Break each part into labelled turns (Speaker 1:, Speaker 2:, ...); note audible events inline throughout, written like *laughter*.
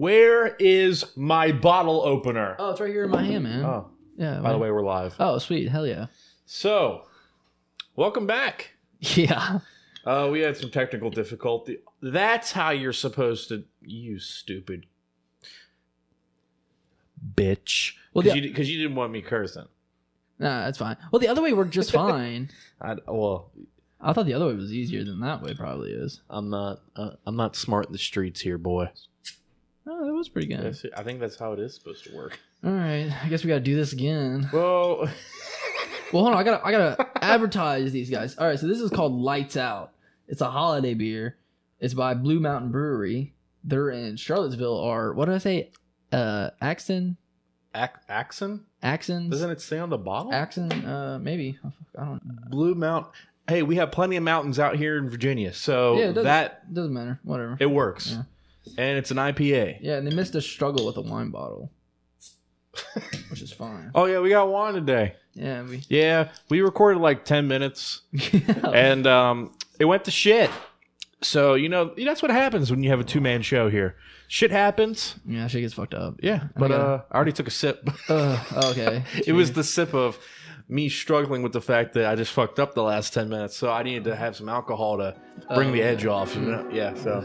Speaker 1: Where is my bottle opener?
Speaker 2: Oh, it's right here in my hand, man.
Speaker 1: Oh,
Speaker 2: yeah.
Speaker 1: by the
Speaker 2: man.
Speaker 1: way, we're live.
Speaker 2: Oh, sweet. Hell yeah. *laughs*
Speaker 1: So, welcome back.
Speaker 2: Yeah.
Speaker 1: Uh, we had some technical difficulty. That's how you're supposed to. You stupid bitch.
Speaker 2: Well,
Speaker 1: because
Speaker 2: the-
Speaker 1: you, di- 'cause you didn't want me cursing.
Speaker 2: Nah, that's fine. Well, the other way
Speaker 1: *laughs*
Speaker 2: worked just fine.
Speaker 1: I, well,
Speaker 2: I thought the other way was easier than that way probably is.
Speaker 1: I'm not. Uh, I'm not smart in the streets here, boy.
Speaker 2: Oh, that was pretty good.
Speaker 1: That's it. I think that's how it is supposed to work.
Speaker 2: All right. I guess we got to do this again.
Speaker 1: Well,
Speaker 2: Well, hold on. I gotta, I gotta advertise these guys. All right, so this is called Lights Out. It's a holiday beer. It's by Blue Mountain Brewery. They're in Charlottesville, or what did I say? Uh, Axon,
Speaker 1: *laughs* Ac- Axon?
Speaker 2: Axon,
Speaker 1: Doesn't it say on the bottle?
Speaker 2: Axon. Uh, maybe. Oh, fuck, I don't.
Speaker 1: Blue Mount. Hey, we have plenty of mountains out here in Virginia, so
Speaker 2: Yeah, it doesn't-
Speaker 1: that
Speaker 2: Doesn't matter. Whatever.
Speaker 1: it works.
Speaker 2: Yeah.
Speaker 1: And it's an IPA.
Speaker 2: Yeah, and they missed a struggle with a wine bottle, which is fine.
Speaker 1: Oh yeah, we got wine today.
Speaker 2: Yeah, we. *laughs*
Speaker 1: Yeah, we recorded like ten minutes,
Speaker 2: Oh.
Speaker 1: and um, it went to shit. So you know that's what happens when you have a two man show here. Shit happens.
Speaker 2: yeah, shit gets fucked up.
Speaker 1: Yeah, but
Speaker 2: gotta-
Speaker 1: uh, I already took a sip. *laughs*
Speaker 2: Ugh, okay.
Speaker 1: it was the sip of me struggling with the fact that I just fucked up the last ten minutes, so I needed to have some alcohol to bring
Speaker 2: Oh,
Speaker 1: the
Speaker 2: yeah.
Speaker 1: edge off. You know? Yeah, so.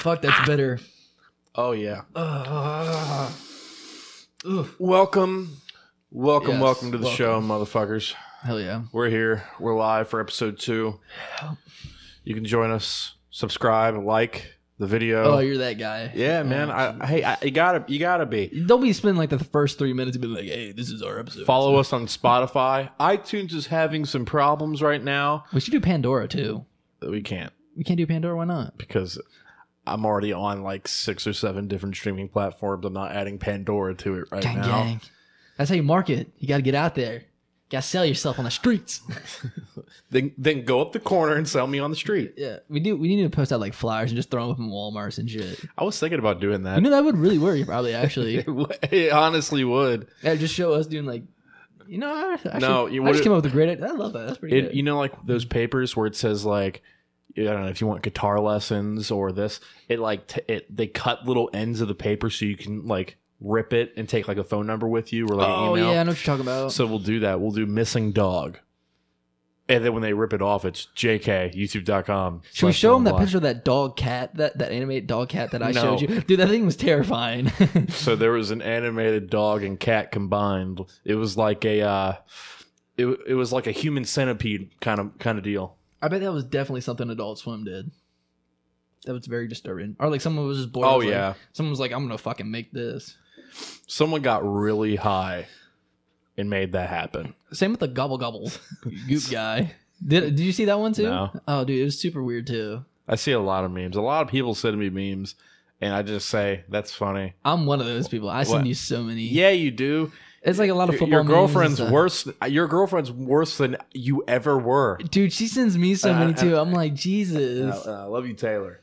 Speaker 2: fuck. That's bitter.
Speaker 1: Oh yeah. welcome, welcome,
Speaker 2: Yes,
Speaker 1: welcome to the
Speaker 2: welcome.
Speaker 1: show, motherfuckers.
Speaker 2: Hell yeah.
Speaker 1: We're here. We're live for episode two. You can join us. Subscribe, like the video.
Speaker 2: Oh, you're that guy.
Speaker 1: yeah, man. I, hey, I, you gotta, you gotta be.
Speaker 2: Don't be spending like the first three minutes being like, "Hey, this is our episode."
Speaker 1: Follow us on Spotify. iTunes is having some problems right now.
Speaker 2: We should do Pandora too.
Speaker 1: We can't
Speaker 2: We can't do Pandora. Why not?
Speaker 1: because I'm already on like six or seven different streaming platforms. I'm not adding Pandora to it right
Speaker 2: Gang,
Speaker 1: now.
Speaker 2: gang. That's how you market. You got to get out there. Got to sell yourself on
Speaker 1: *laughs*
Speaker 2: the streets.
Speaker 1: Then, then go up the corner and sell me on the street.
Speaker 2: yeah, we do. We need to post out like flyers and just throw them up in WalMarts and shit.
Speaker 1: I was thinking about doing that.
Speaker 2: You know that would really work. Probably
Speaker 1: *laughs*
Speaker 2: actually.
Speaker 1: It, w- it honestly would.
Speaker 2: yeah, just show us doing like, you know, I, actually,
Speaker 1: No, you
Speaker 2: I just
Speaker 1: would've-
Speaker 2: came up with a great. idea. I love that. That's pretty
Speaker 1: It,
Speaker 2: good.
Speaker 1: you know, like those papers where it says like, I don't know if you want guitar lessons or this. It like t- it they cut little ends of the paper so you can like rip it and take like a phone number with you or like
Speaker 2: oh
Speaker 1: an email.
Speaker 2: yeah, I know what you're talking about.
Speaker 1: So we'll do that. We'll do missing dog. And then when they rip it off, it's JK YouTube.com.
Speaker 2: Should we
Speaker 1: slash
Speaker 2: show them that
Speaker 1: Dylan Black.
Speaker 2: picture of that dog cat, that, that animated dog cat that I
Speaker 1: No.
Speaker 2: showed you? Dude, that thing was terrifying. *laughs*
Speaker 1: So there was an animated dog and cat combined. It was like a, uh, it w- it was like a human centipede kind of kind of deal.
Speaker 2: I bet that was definitely something Adult Swim did. That was very disturbing. Or like someone was just bored.
Speaker 1: Oh,
Speaker 2: was like-
Speaker 1: yeah.
Speaker 2: someone was like, "I'm gonna fucking make this."
Speaker 1: someone got really high and made that happen.
Speaker 2: Same with the
Speaker 1: *laughs*
Speaker 2: gobble gobble goop guy. Did Did you see that one too?
Speaker 1: No.
Speaker 2: Oh, dude, it was super weird too.
Speaker 1: I see a lot of memes. A lot of people send me memes, and I just say that's funny.
Speaker 2: I'm one of those people. I send
Speaker 1: What?
Speaker 2: you so many.
Speaker 1: Yeah, you do.
Speaker 2: it's like a lot of
Speaker 1: Your-
Speaker 2: football.
Speaker 1: Your
Speaker 2: memes and
Speaker 1: girlfriend's
Speaker 2: stuff.
Speaker 1: worse. Your girlfriend's worse than you ever were.
Speaker 2: Dude, she sends me so
Speaker 1: Uh,
Speaker 2: many
Speaker 1: uh,
Speaker 2: too. I'm like,
Speaker 1: I, *laughs*
Speaker 2: Jesus.
Speaker 1: I love you, Taylor.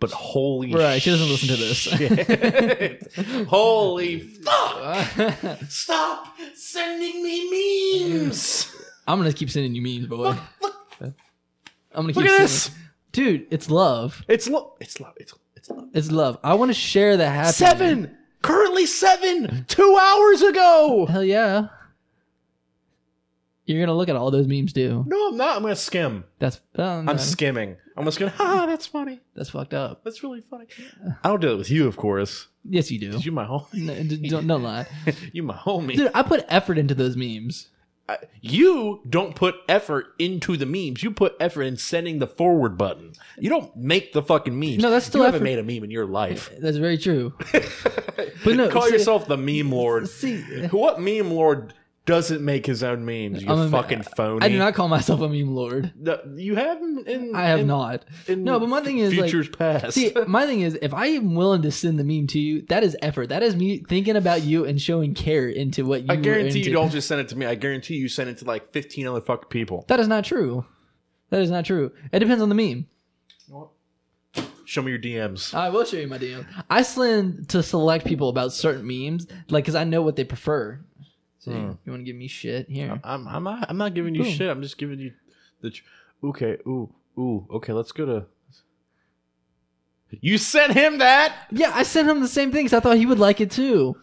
Speaker 1: But holy,
Speaker 2: Right, she doesn't listen to this.
Speaker 1: shit. *laughs*
Speaker 2: *laughs*
Speaker 1: holy fuck!
Speaker 2: I'm
Speaker 1: Stop sending me
Speaker 2: Mm.
Speaker 1: memes.
Speaker 2: gonna keep sending you memes, boy.
Speaker 1: Look,
Speaker 2: I'm gonna keep
Speaker 1: look at
Speaker 2: sending-
Speaker 1: this.
Speaker 2: dude. It's love.
Speaker 1: It's lo- It's love. It's it's love.
Speaker 2: It's love. I want to share the happiness.
Speaker 1: Seven. Currently seven. Two hours ago.
Speaker 2: Hell yeah. You're gonna look at all those memes too.
Speaker 1: No, I'm not. I'm gonna skim.
Speaker 2: That's um,
Speaker 1: I'm skimming. I'm just gonna. *laughs* Ha! That's funny.
Speaker 2: that's fucked up.
Speaker 1: That's really funny. I don't do it with you, of course.
Speaker 2: Yes, you do.
Speaker 1: 'cause You my homie.
Speaker 2: No, d- don't, don't lie,
Speaker 1: *laughs* You my homie.
Speaker 2: dude. I put effort into those memes.
Speaker 1: I, you don't put effort into the memes. You put effort in sending the forward button. You don't make the fucking memes.
Speaker 2: No, that's still
Speaker 1: you haven't
Speaker 2: effort.
Speaker 1: made a meme in your
Speaker 2: *laughs*
Speaker 1: life.
Speaker 2: That's very true. But no,
Speaker 1: Call
Speaker 2: see-
Speaker 1: yourself the meme lord.
Speaker 2: See,
Speaker 1: What meme lord doesn't make his own memes. You
Speaker 2: I'm a-
Speaker 1: fucking phony.
Speaker 2: I do not call myself a meme lord.
Speaker 1: No, you have him in.
Speaker 2: I have
Speaker 1: in-
Speaker 2: not.
Speaker 1: in
Speaker 2: No, but my thing is, like,
Speaker 1: futures past. *laughs*
Speaker 2: *laughs* See, my thing is, if I am willing to send the meme to you, that is effort. That is me thinking about you and showing care into what you.
Speaker 1: I
Speaker 2: were
Speaker 1: guarantee you
Speaker 2: into.
Speaker 1: don't just send it to me. I guarantee you send it to like fifteen other fucking people.
Speaker 2: That is not true. That is not true. It depends on the meme.
Speaker 1: Show me your DMs.
Speaker 2: I will show you my DM. I send to select people about certain memes, like because I know what they prefer. So
Speaker 1: Hmm.
Speaker 2: you want to give me shit here?
Speaker 1: I'm I'm not, I'm not giving you
Speaker 2: Boom.
Speaker 1: shit. I'm just giving you the. Tr- okay. Ooh. Ooh. Okay. Let's go to. You sent him that.
Speaker 2: Yeah, I sent him the same thing because I thought he would like it too.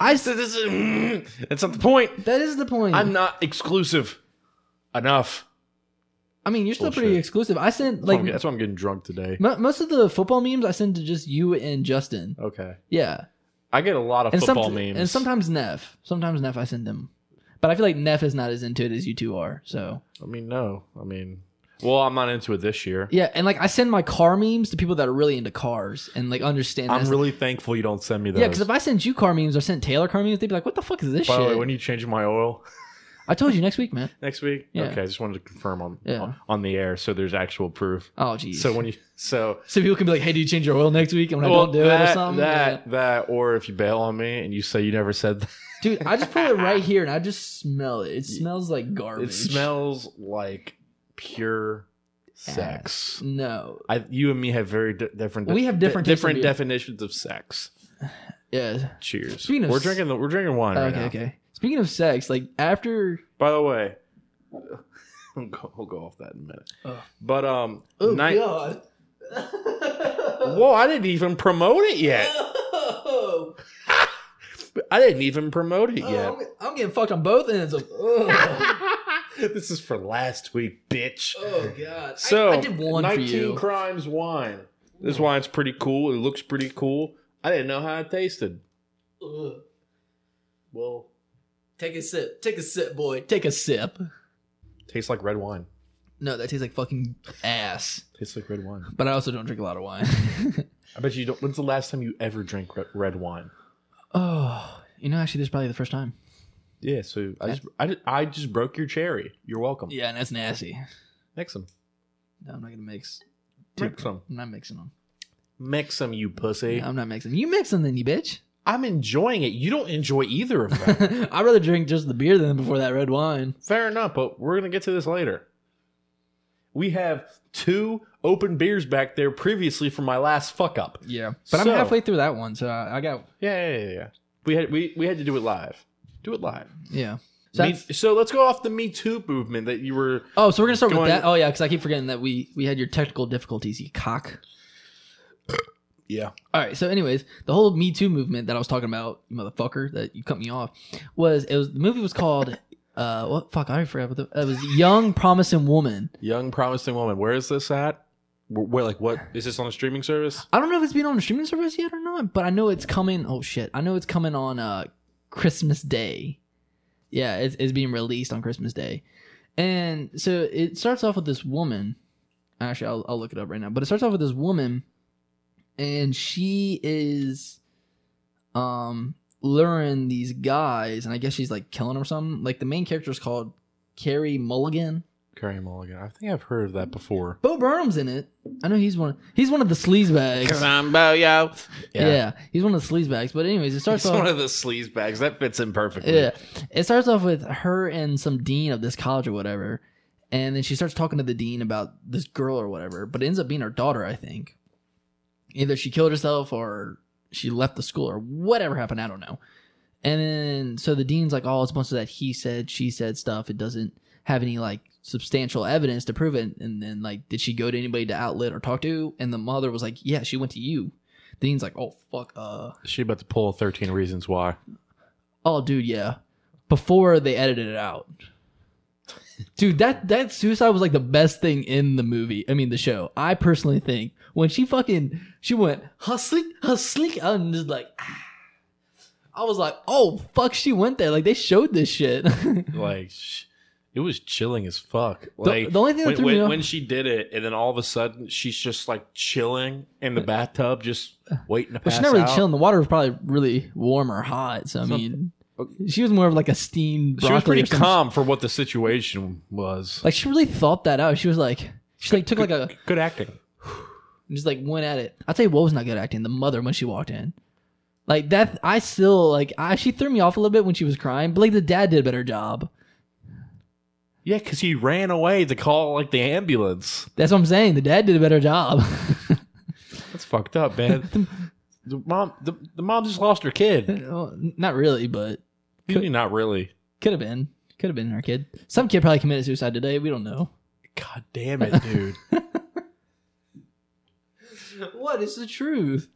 Speaker 2: I s-
Speaker 1: This is. mm, That's not the point.
Speaker 2: that is the point.
Speaker 1: I'm not exclusive enough.
Speaker 2: I mean, you're still pretty
Speaker 1: Bullshit.
Speaker 2: exclusive. I sent
Speaker 1: That's why
Speaker 2: like
Speaker 1: I'm get- that's why I'm getting drunk today.
Speaker 2: mo- most of the football memes. I send to just you and Justin.
Speaker 1: Okay.
Speaker 2: Yeah,
Speaker 1: I get a lot of
Speaker 2: and
Speaker 1: football
Speaker 2: somet-
Speaker 1: memes.
Speaker 2: and sometimes Neff. Sometimes Neff, I send them, but I feel like Neff is not as into it as you two are. So
Speaker 1: I mean, no. I mean, well, I'm not into it this year.
Speaker 2: yeah, and like I send my car memes to people that are really into cars and like understand.
Speaker 1: I'm
Speaker 2: that.
Speaker 1: really thankful you don't send me those.
Speaker 2: Yeah, because if I sent you car memes or sent Taylor car memes, they'd be like, "What the fuck is this
Speaker 1: By the
Speaker 2: shit?"
Speaker 1: way, when are you changing my oil *laughs*
Speaker 2: I told you next week, man.
Speaker 1: next week?
Speaker 2: Yeah.
Speaker 1: Okay, I just wanted to confirm on,
Speaker 2: Yeah.
Speaker 1: on the air, so there's actual proof.
Speaker 2: Oh, jeez.
Speaker 1: So when you so
Speaker 2: so people can be like, "Hey, do you change your oil next week?" And when I
Speaker 1: Well,
Speaker 2: don't do it or
Speaker 1: that,
Speaker 2: something,
Speaker 1: that
Speaker 2: yeah.
Speaker 1: that or if you bail on me and you say you never said that,
Speaker 2: dude, I just put it right here and I just smell it.
Speaker 1: *laughs*
Speaker 2: It smells like garbage.
Speaker 1: it smells like pure sex.
Speaker 2: No.
Speaker 1: I, you and me have very di- different.
Speaker 2: We have different tastes in
Speaker 1: different
Speaker 2: beer.
Speaker 1: definitions of sex.
Speaker 2: Yeah.
Speaker 1: Cheers.
Speaker 2: Speaking of
Speaker 1: we're
Speaker 2: s- Oh,
Speaker 1: drinking. The, we're drinking wine right
Speaker 2: Okay.
Speaker 1: now.
Speaker 2: Okay. Speaking of sex, like after
Speaker 1: By the way, *laughs* we'll go, we'll go off that in a minute.
Speaker 2: Ugh.
Speaker 1: But um,
Speaker 2: oh
Speaker 1: night-
Speaker 2: god. *laughs*
Speaker 1: Whoa! I didn't even promote it yet.
Speaker 2: Oh,
Speaker 1: I didn't even promote it
Speaker 2: *laughs* I'm, I'm getting fucked on both ends of. *laughs* Oh,
Speaker 1: yet. this is for last week, bitch.
Speaker 2: oh god.
Speaker 1: So
Speaker 2: I, I did one for
Speaker 1: 19
Speaker 2: you. Oh.
Speaker 1: crimes wine. This wine's pretty cool. It looks pretty cool. I didn't know how it tasted.
Speaker 2: Ugh.
Speaker 1: Well,
Speaker 2: Take a sip. Take a sip, boy. Take a sip.
Speaker 1: tastes like red wine.
Speaker 2: No, that tastes like fucking ass.
Speaker 1: Tastes like red wine.
Speaker 2: But I also don't drink a lot of *laughs* wine.
Speaker 1: I bet you don't. When's the last time you ever drank re- red wine?
Speaker 2: oh, you know, actually, this is probably the first time.
Speaker 1: Yeah, so I just I, ju- I just broke your cherry. You're welcome.
Speaker 2: Yeah, and that's nasty.
Speaker 1: Mix them.
Speaker 2: No, I'm not gonna mix.
Speaker 1: Mix them.
Speaker 2: I'm not mixing them.
Speaker 1: Mix them, you pussy.
Speaker 2: I'm not mixing. You mix them, then you bitch.
Speaker 1: I'm enjoying it. You don't enjoy either of them.
Speaker 2: *laughs* I'd rather drink just the beer than before that red wine.
Speaker 1: Fair enough, but we're going to get to this later. We have two open beers back there previously from my last fuck up.
Speaker 2: Yeah, but I'm
Speaker 1: So-
Speaker 2: halfway through that one, so I, I got
Speaker 1: Yeah, yeah, yeah, yeah. We had we, we had to do it live. Do it live.
Speaker 2: yeah. So
Speaker 1: Me,
Speaker 2: that's-
Speaker 1: so let's go off the Me Too movement that you were.
Speaker 2: oh, so we're gonna start with
Speaker 1: Going-
Speaker 2: that. Oh yeah, because I keep forgetting that we we had your technical difficulties, you cock.
Speaker 1: Yeah.
Speaker 2: All right. So, anyways, the whole Me Too movement that I was talking about, you motherfucker, that you cut me off, was it was the movie was called *laughs* uh what fuck I already forgot what the it was Young Promising Woman.
Speaker 1: Young promising woman. Where is this at? Where, where like what is this on a streaming service?
Speaker 2: I don't know if it's been on a streaming service yet or not, but I know it's coming. Oh shit, I know it's coming on uh Christmas Day. Yeah, it's, it's being released on Christmas Day, and so it starts off with this woman. Actually, I'll, I'll look it up right now. But it starts off with this woman, and she is, um, luring these guys, and I guess she's like killing them or something. Like the main character is called Carrie Mulligan.
Speaker 1: Carrie Mulligan. I think I've heard of that before.
Speaker 2: Bo Burnham's in it. I know he's one. He's one of the sleaze bags.
Speaker 1: yo.
Speaker 2: Yeah. he's one of the sleazebags. But anyways, it starts
Speaker 1: It's one
Speaker 2: off.
Speaker 1: of the sleaze bags. That fits in perfectly.
Speaker 2: Yeah, it starts off with her and some dean of this college or whatever, and then she starts talking to the dean about this girl or whatever. But it ends up being her daughter, I think. Either she killed herself or she left the school or whatever happened. I don't know. And then so the dean's like, "Oh, it's a bunch of that he said, she said stuff. It doesn't have any like substantial evidence to prove it." And then like, did she go to anybody to outlet or talk to? And the mother was like, "Yeah, she went to you." Dean's like, "Oh fuck, uh."
Speaker 1: She about to pull 13 reasons why.
Speaker 2: Oh, dude, yeah. Before they edited
Speaker 1: *laughs*
Speaker 2: it out, dude, that that suicide was like the best thing in the movie. I mean, the show. I personally think when she fucking she went hustling, hustling, and just like, ah. I was like, oh fuck, she went there. Like they showed this shit. *laughs*
Speaker 1: Like sh- it was chilling as fuck.
Speaker 2: Mm-hmm. The-
Speaker 1: Like
Speaker 2: the only thing that
Speaker 1: when,
Speaker 2: threw me
Speaker 1: when,
Speaker 2: off-
Speaker 1: when she did it, and then all of a sudden she's just like chilling in the bathtub, just waiting to
Speaker 2: but
Speaker 1: pass
Speaker 2: she's not really
Speaker 1: out.
Speaker 2: chilling. The water was probably really warm or hot. So I mean, She was more of like a steamed
Speaker 1: She was
Speaker 2: broccoli.
Speaker 1: pretty
Speaker 2: or some
Speaker 1: calm for what the situation was.
Speaker 2: sh- Like she really thought that out. She was like, she like took like a
Speaker 1: Good acting.
Speaker 2: and just like went at it. I'll tell you what was not good acting. The mother when she walked in, like that. I still like. I she threw me off a little bit when she was crying, but like the dad did a better job.
Speaker 1: Yeah, because he ran away to call like the ambulance.
Speaker 2: That's what I'm saying. The dad did a better job. *laughs*
Speaker 1: That's fucked up, man. the mom, the, the mom just lost her kid.
Speaker 2: Well, not really, but
Speaker 1: Maybe not really.
Speaker 2: could have been. Could have been her kid. Some kid probably committed suicide today. We don't know.
Speaker 1: God damn it, dude.
Speaker 2: *laughs* What is the truth?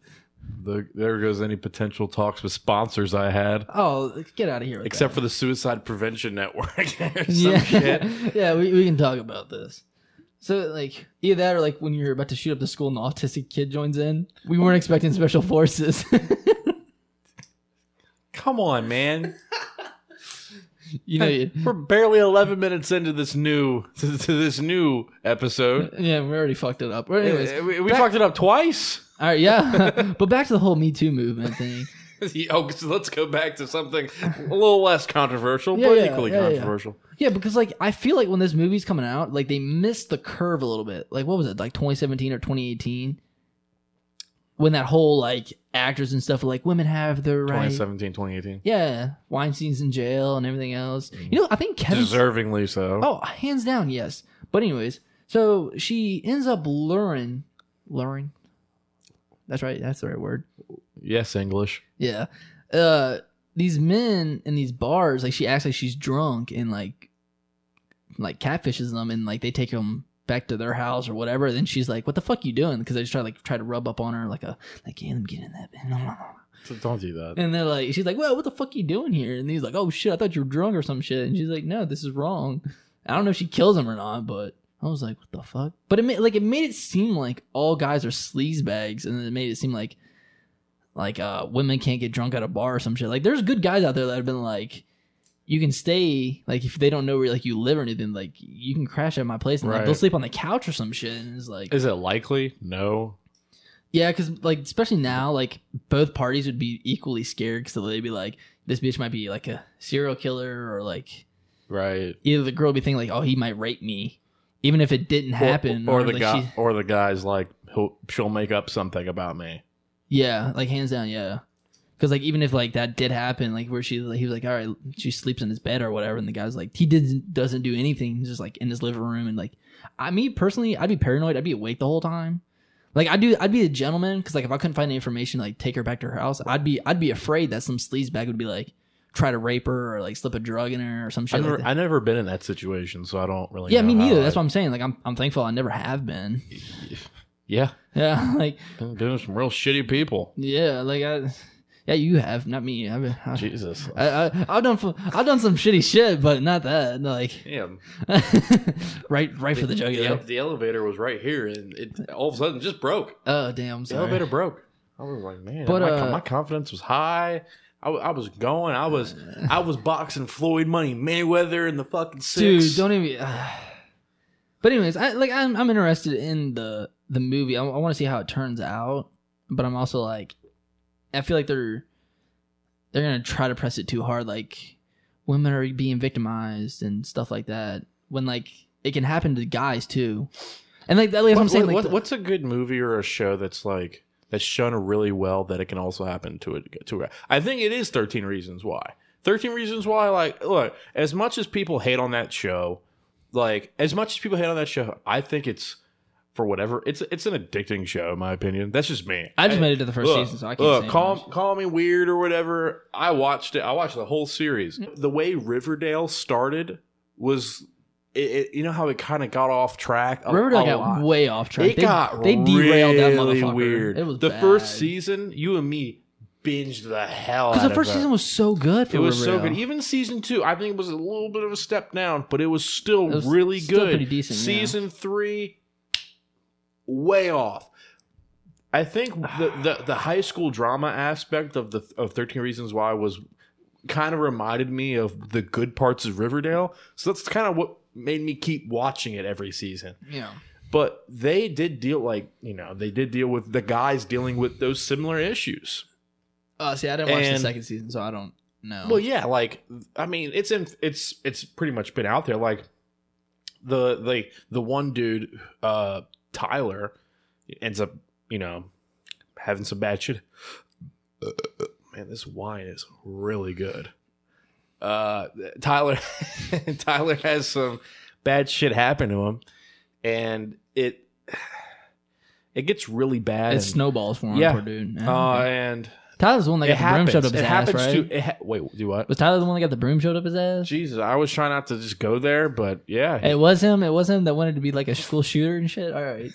Speaker 1: the, there goes any potential talks with sponsors I had,
Speaker 2: Oh, get out of here. With
Speaker 1: except for the Suicide Prevention Network. *laughs* or some shit.
Speaker 2: *laughs* yeah, we, we can talk about this. So like either that or like when you're about to shoot up the school and the autistic kid joins in. We weren't expecting special forces. *laughs*
Speaker 1: Come on, man.
Speaker 2: you know, *laughs* you-
Speaker 1: We're barely 11 minutes into this new *laughs* to, to this new episode.
Speaker 2: yeah, we already fucked it up. But anyways,
Speaker 1: Uh, we we
Speaker 2: back-
Speaker 1: fucked it up twice. *laughs*
Speaker 2: all right, *laughs* yeah. but back to the whole Me Too movement thing.
Speaker 1: oh, so let's go back to something a little less controversial,
Speaker 2: Yeah,
Speaker 1: but
Speaker 2: yeah,
Speaker 1: equally
Speaker 2: yeah, yeah.
Speaker 1: controversial.
Speaker 2: Yeah, because like I feel like when this movie's coming out, like they missed the curve a little bit. Like what was it, like 2017 or 2018? When that whole like actors and stuff were like women have their right.
Speaker 1: 2017, 2018.
Speaker 2: Yeah, Weinstein's in jail and everything else. You know, I think Kevin.
Speaker 1: Deservingly so.
Speaker 2: Oh, hands down, yes. But anyways, so she ends up luring, luring. That's right. That's the right word.
Speaker 1: Yes, English.
Speaker 2: Yeah. Uh, these men in these bars, like she acts like she's drunk and like, like catfishes them and like they take them back to their house or whatever. then she's like, "What the fuck you doing?" Because they just try to, like try to rub up on her like a like, "Yeah, let me get in that." *laughs* bed."
Speaker 1: So don't do that.
Speaker 2: And they're like, she's like, well, what the fuck you doing here? And he's like, oh shit, I thought you were drunk or some shit. And she's like, no, this is wrong. I don't know if she kills him or not, but I was like, what the fuck? But it made like it made it seem like all guys are sleaze bags, and then it made it seem like like uh women can't get drunk at a bar or some shit. Like there's good guys out there that have been like, you can stay like if they don't know where like you live or anything, like you can crash at my place and like,
Speaker 1: Right.
Speaker 2: they'll sleep on the couch or some shit. And it's like,
Speaker 1: Is it likely? No.
Speaker 2: yeah, because like especially now, like both parties would be equally scared because they'd be like, this bitch might be like a serial killer, or like
Speaker 1: Right.
Speaker 2: either the girl would be thinking like, oh, he might rape me, even if it didn't
Speaker 1: Or-
Speaker 2: happen,
Speaker 1: Or, the
Speaker 2: like,
Speaker 1: guy
Speaker 2: she-
Speaker 1: or the guy's like he'll, she'll make up something about me.
Speaker 2: yeah, like hands down, yeah. Because like even if like that did happen, like where she like, he was like, all right, she sleeps in his bed or whatever, and the guy's like, he didn't doesn't do anything, he's just like in his living room, and like, I me personally, I'd be paranoid, I'd be awake the whole time. Like I do, I'd be a gentleman because like if I couldn't find any information, to, like take her back to her house, I'd be I'd be afraid that some sleazebag would be like try to rape her or like slip a drug in her or some shit.
Speaker 1: I've never,
Speaker 2: like that.
Speaker 1: I've never been in that situation, so I don't really.
Speaker 2: yeah,
Speaker 1: know
Speaker 2: me
Speaker 1: how
Speaker 2: neither.
Speaker 1: I-
Speaker 2: That's what I'm saying. Like I'm I'm thankful I never have been. *laughs*
Speaker 1: Yeah,
Speaker 2: Yeah, like
Speaker 1: been doing some real shitty
Speaker 2: *laughs*
Speaker 1: people.
Speaker 2: yeah, like I yeah you have not me. I've been. I-
Speaker 1: Jesus.
Speaker 2: I, I I've done fu- I've done some shitty shit, but not that. Like *laughs*
Speaker 1: Yeah,
Speaker 2: right right for the jugular.
Speaker 1: The, elevator was right here, and it all of a sudden just broke.
Speaker 2: Oh damn!
Speaker 1: The
Speaker 2: Sorry.
Speaker 1: elevator broke. I was like, man,
Speaker 2: But,
Speaker 1: my,
Speaker 2: uh,
Speaker 1: my confidence was high. I, w- I was going. I was I was boxing Floyd Money Mayweather in the fucking
Speaker 2: *sighs* Dude,
Speaker 1: six.
Speaker 2: don't even. *sighs* But anyways, I like I'm I'm interested in the the movie. I, want to see how it turns out, but I'm also like, I feel like they're they're gonna try to press it too hard. Like women are being victimized and stuff like that. When like it can happen to guys too, and like that's what I'm
Speaker 1: What-
Speaker 2: saying.
Speaker 1: what-
Speaker 2: like, the-
Speaker 1: what's a good movie or a show that's like that's shown really well that it can also happen to it to a, I think it is 13 Reasons Why. 13 Reasons Why like look, as much as people hate on that show, like as much as people hate on that show, I think it's for whatever it's it's an addicting show in my opinion. That's just me.
Speaker 2: I just
Speaker 1: I-
Speaker 2: made it to the first
Speaker 1: Look,
Speaker 2: season, so I can't.
Speaker 1: look,
Speaker 2: say
Speaker 1: call
Speaker 2: much.
Speaker 1: call me weird or whatever. I watched it. I watched the whole series.
Speaker 2: Mm-hmm.
Speaker 1: The way Riverdale started was, it, it, you know how it kind of got off track. A,
Speaker 2: Riverdale
Speaker 1: a
Speaker 2: got
Speaker 1: lot.
Speaker 2: way off track.
Speaker 1: Oh, It
Speaker 2: they,
Speaker 1: got
Speaker 2: they derailed that
Speaker 1: really
Speaker 2: motherfucker.
Speaker 1: Weird.
Speaker 2: It was
Speaker 1: the first
Speaker 2: bad.
Speaker 1: season. You and me binged the hell out
Speaker 2: Because the
Speaker 1: of
Speaker 2: first
Speaker 1: it.
Speaker 2: season was so good for
Speaker 1: It was so
Speaker 2: Riverdale.
Speaker 1: good. Even season two, I think, it was a little bit of a step down, but it was still
Speaker 2: It was
Speaker 1: really
Speaker 2: still
Speaker 1: good.
Speaker 2: pretty decent, yeah.
Speaker 1: season three, way off. I think
Speaker 2: *sighs*
Speaker 1: the, the the high school drama aspect of the of Thirteen Reasons Why was kind of reminded me of the good parts of Riverdale. So that's kind of what made me keep watching it every season
Speaker 2: Yeah.
Speaker 1: but they did deal like you know they did deal with the guys dealing with those similar issues
Speaker 2: Oh, see, I didn't watch
Speaker 1: And-
Speaker 2: the second season, so I don't. No.
Speaker 1: Well, yeah, like I mean, it's in it's it's pretty much been out there. Like the the the one dude, uh, Tyler, ends up you know having some bad shit. Man, this wine is really good. Uh, Tyler, *laughs* Tyler has some bad shit happen to him, and it it gets really bad.
Speaker 2: it
Speaker 1: and,
Speaker 2: snowballs for him,
Speaker 1: Yeah.
Speaker 2: poor dude.
Speaker 1: uh,
Speaker 2: Yeah.
Speaker 1: and
Speaker 2: Tyler's the one that
Speaker 1: it
Speaker 2: got the broom
Speaker 1: happens.
Speaker 2: shoved up his
Speaker 1: it
Speaker 2: ass,
Speaker 1: happens
Speaker 2: right?
Speaker 1: to it ha- wait. Do what?
Speaker 2: Was Tyler the one that got the broom shoved up his ass?
Speaker 1: Jesus, I was trying not to just go there, but yeah,
Speaker 2: It was him. It was him that wanted to be like a school shooter and shit. All right.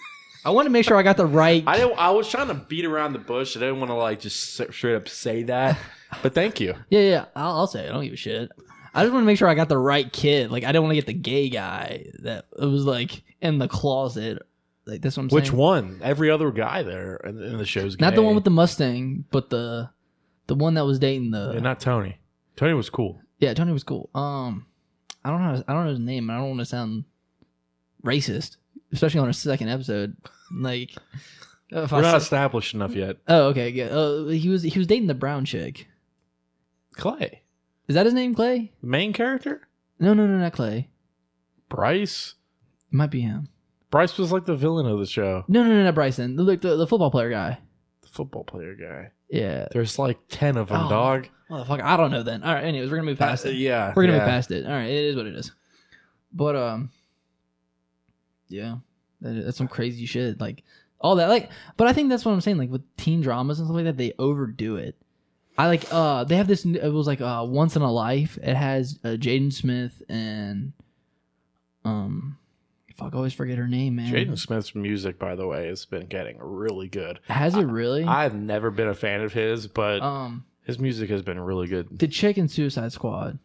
Speaker 2: I want to make sure I got the right.
Speaker 1: *laughs* I didn't. I was trying to beat around the bush. I didn't want to like just s- straight up say
Speaker 2: *laughs*
Speaker 1: that. But thank you.
Speaker 2: Yeah, yeah. I'll, I'll say it. I don't give a shit. I just want to make sure I got the right kid. Like, I didn't want to get the gay guy that was like in the closet. Like, that's what I'm
Speaker 1: Which
Speaker 2: saying.
Speaker 1: one? Every other guy there in, in the show's
Speaker 2: Not the
Speaker 1: gay.
Speaker 2: one with the Mustang, but the the one that was dating the.
Speaker 1: Yeah, not Tony. Tony was cool.
Speaker 2: yeah, Tony was cool. Um, I don't know. his- I don't know his name, and I don't want to sound racist, especially on a second episode. Like, *laughs* if I
Speaker 1: We're not
Speaker 2: say-
Speaker 1: established enough yet.
Speaker 2: oh, okay, good. Uh, he was he was dating the brown chick.
Speaker 1: Clay,
Speaker 2: Is that his name, Clay?
Speaker 1: the main character,
Speaker 2: No, no, no, not Clay.
Speaker 1: Bryce.
Speaker 2: It might be him.
Speaker 1: Bryce was like the villain of the show,
Speaker 2: No, no, no, not Bryson. The, look, the, the football player guy.
Speaker 1: the football player guy.
Speaker 2: Yeah.
Speaker 1: There's like ten of them,
Speaker 2: Oh,
Speaker 1: dog.
Speaker 2: Motherfucker, I don't know then. All right, anyways, we're going to move past
Speaker 1: Uh,
Speaker 2: it.
Speaker 1: yeah,
Speaker 2: We're going to
Speaker 1: yeah.
Speaker 2: move past it. All right, it is what it is. But, um, yeah, that- that's some crazy shit. Like, all that. Like, but I think that's what I'm saying. Like, with teen dramas and stuff like that, they overdo it. I like, uh, they have this, n- it was like, uh, Once in a Life. It has, uh, Jaden Smith and, um, fuck, I always forget her name, man.
Speaker 1: Jaden Smith's music, by the way, has been getting really good.
Speaker 2: Has it really?
Speaker 1: I've never been a fan of his, but
Speaker 2: um,
Speaker 1: his music has been really good.
Speaker 2: the chick in Suicide Squad,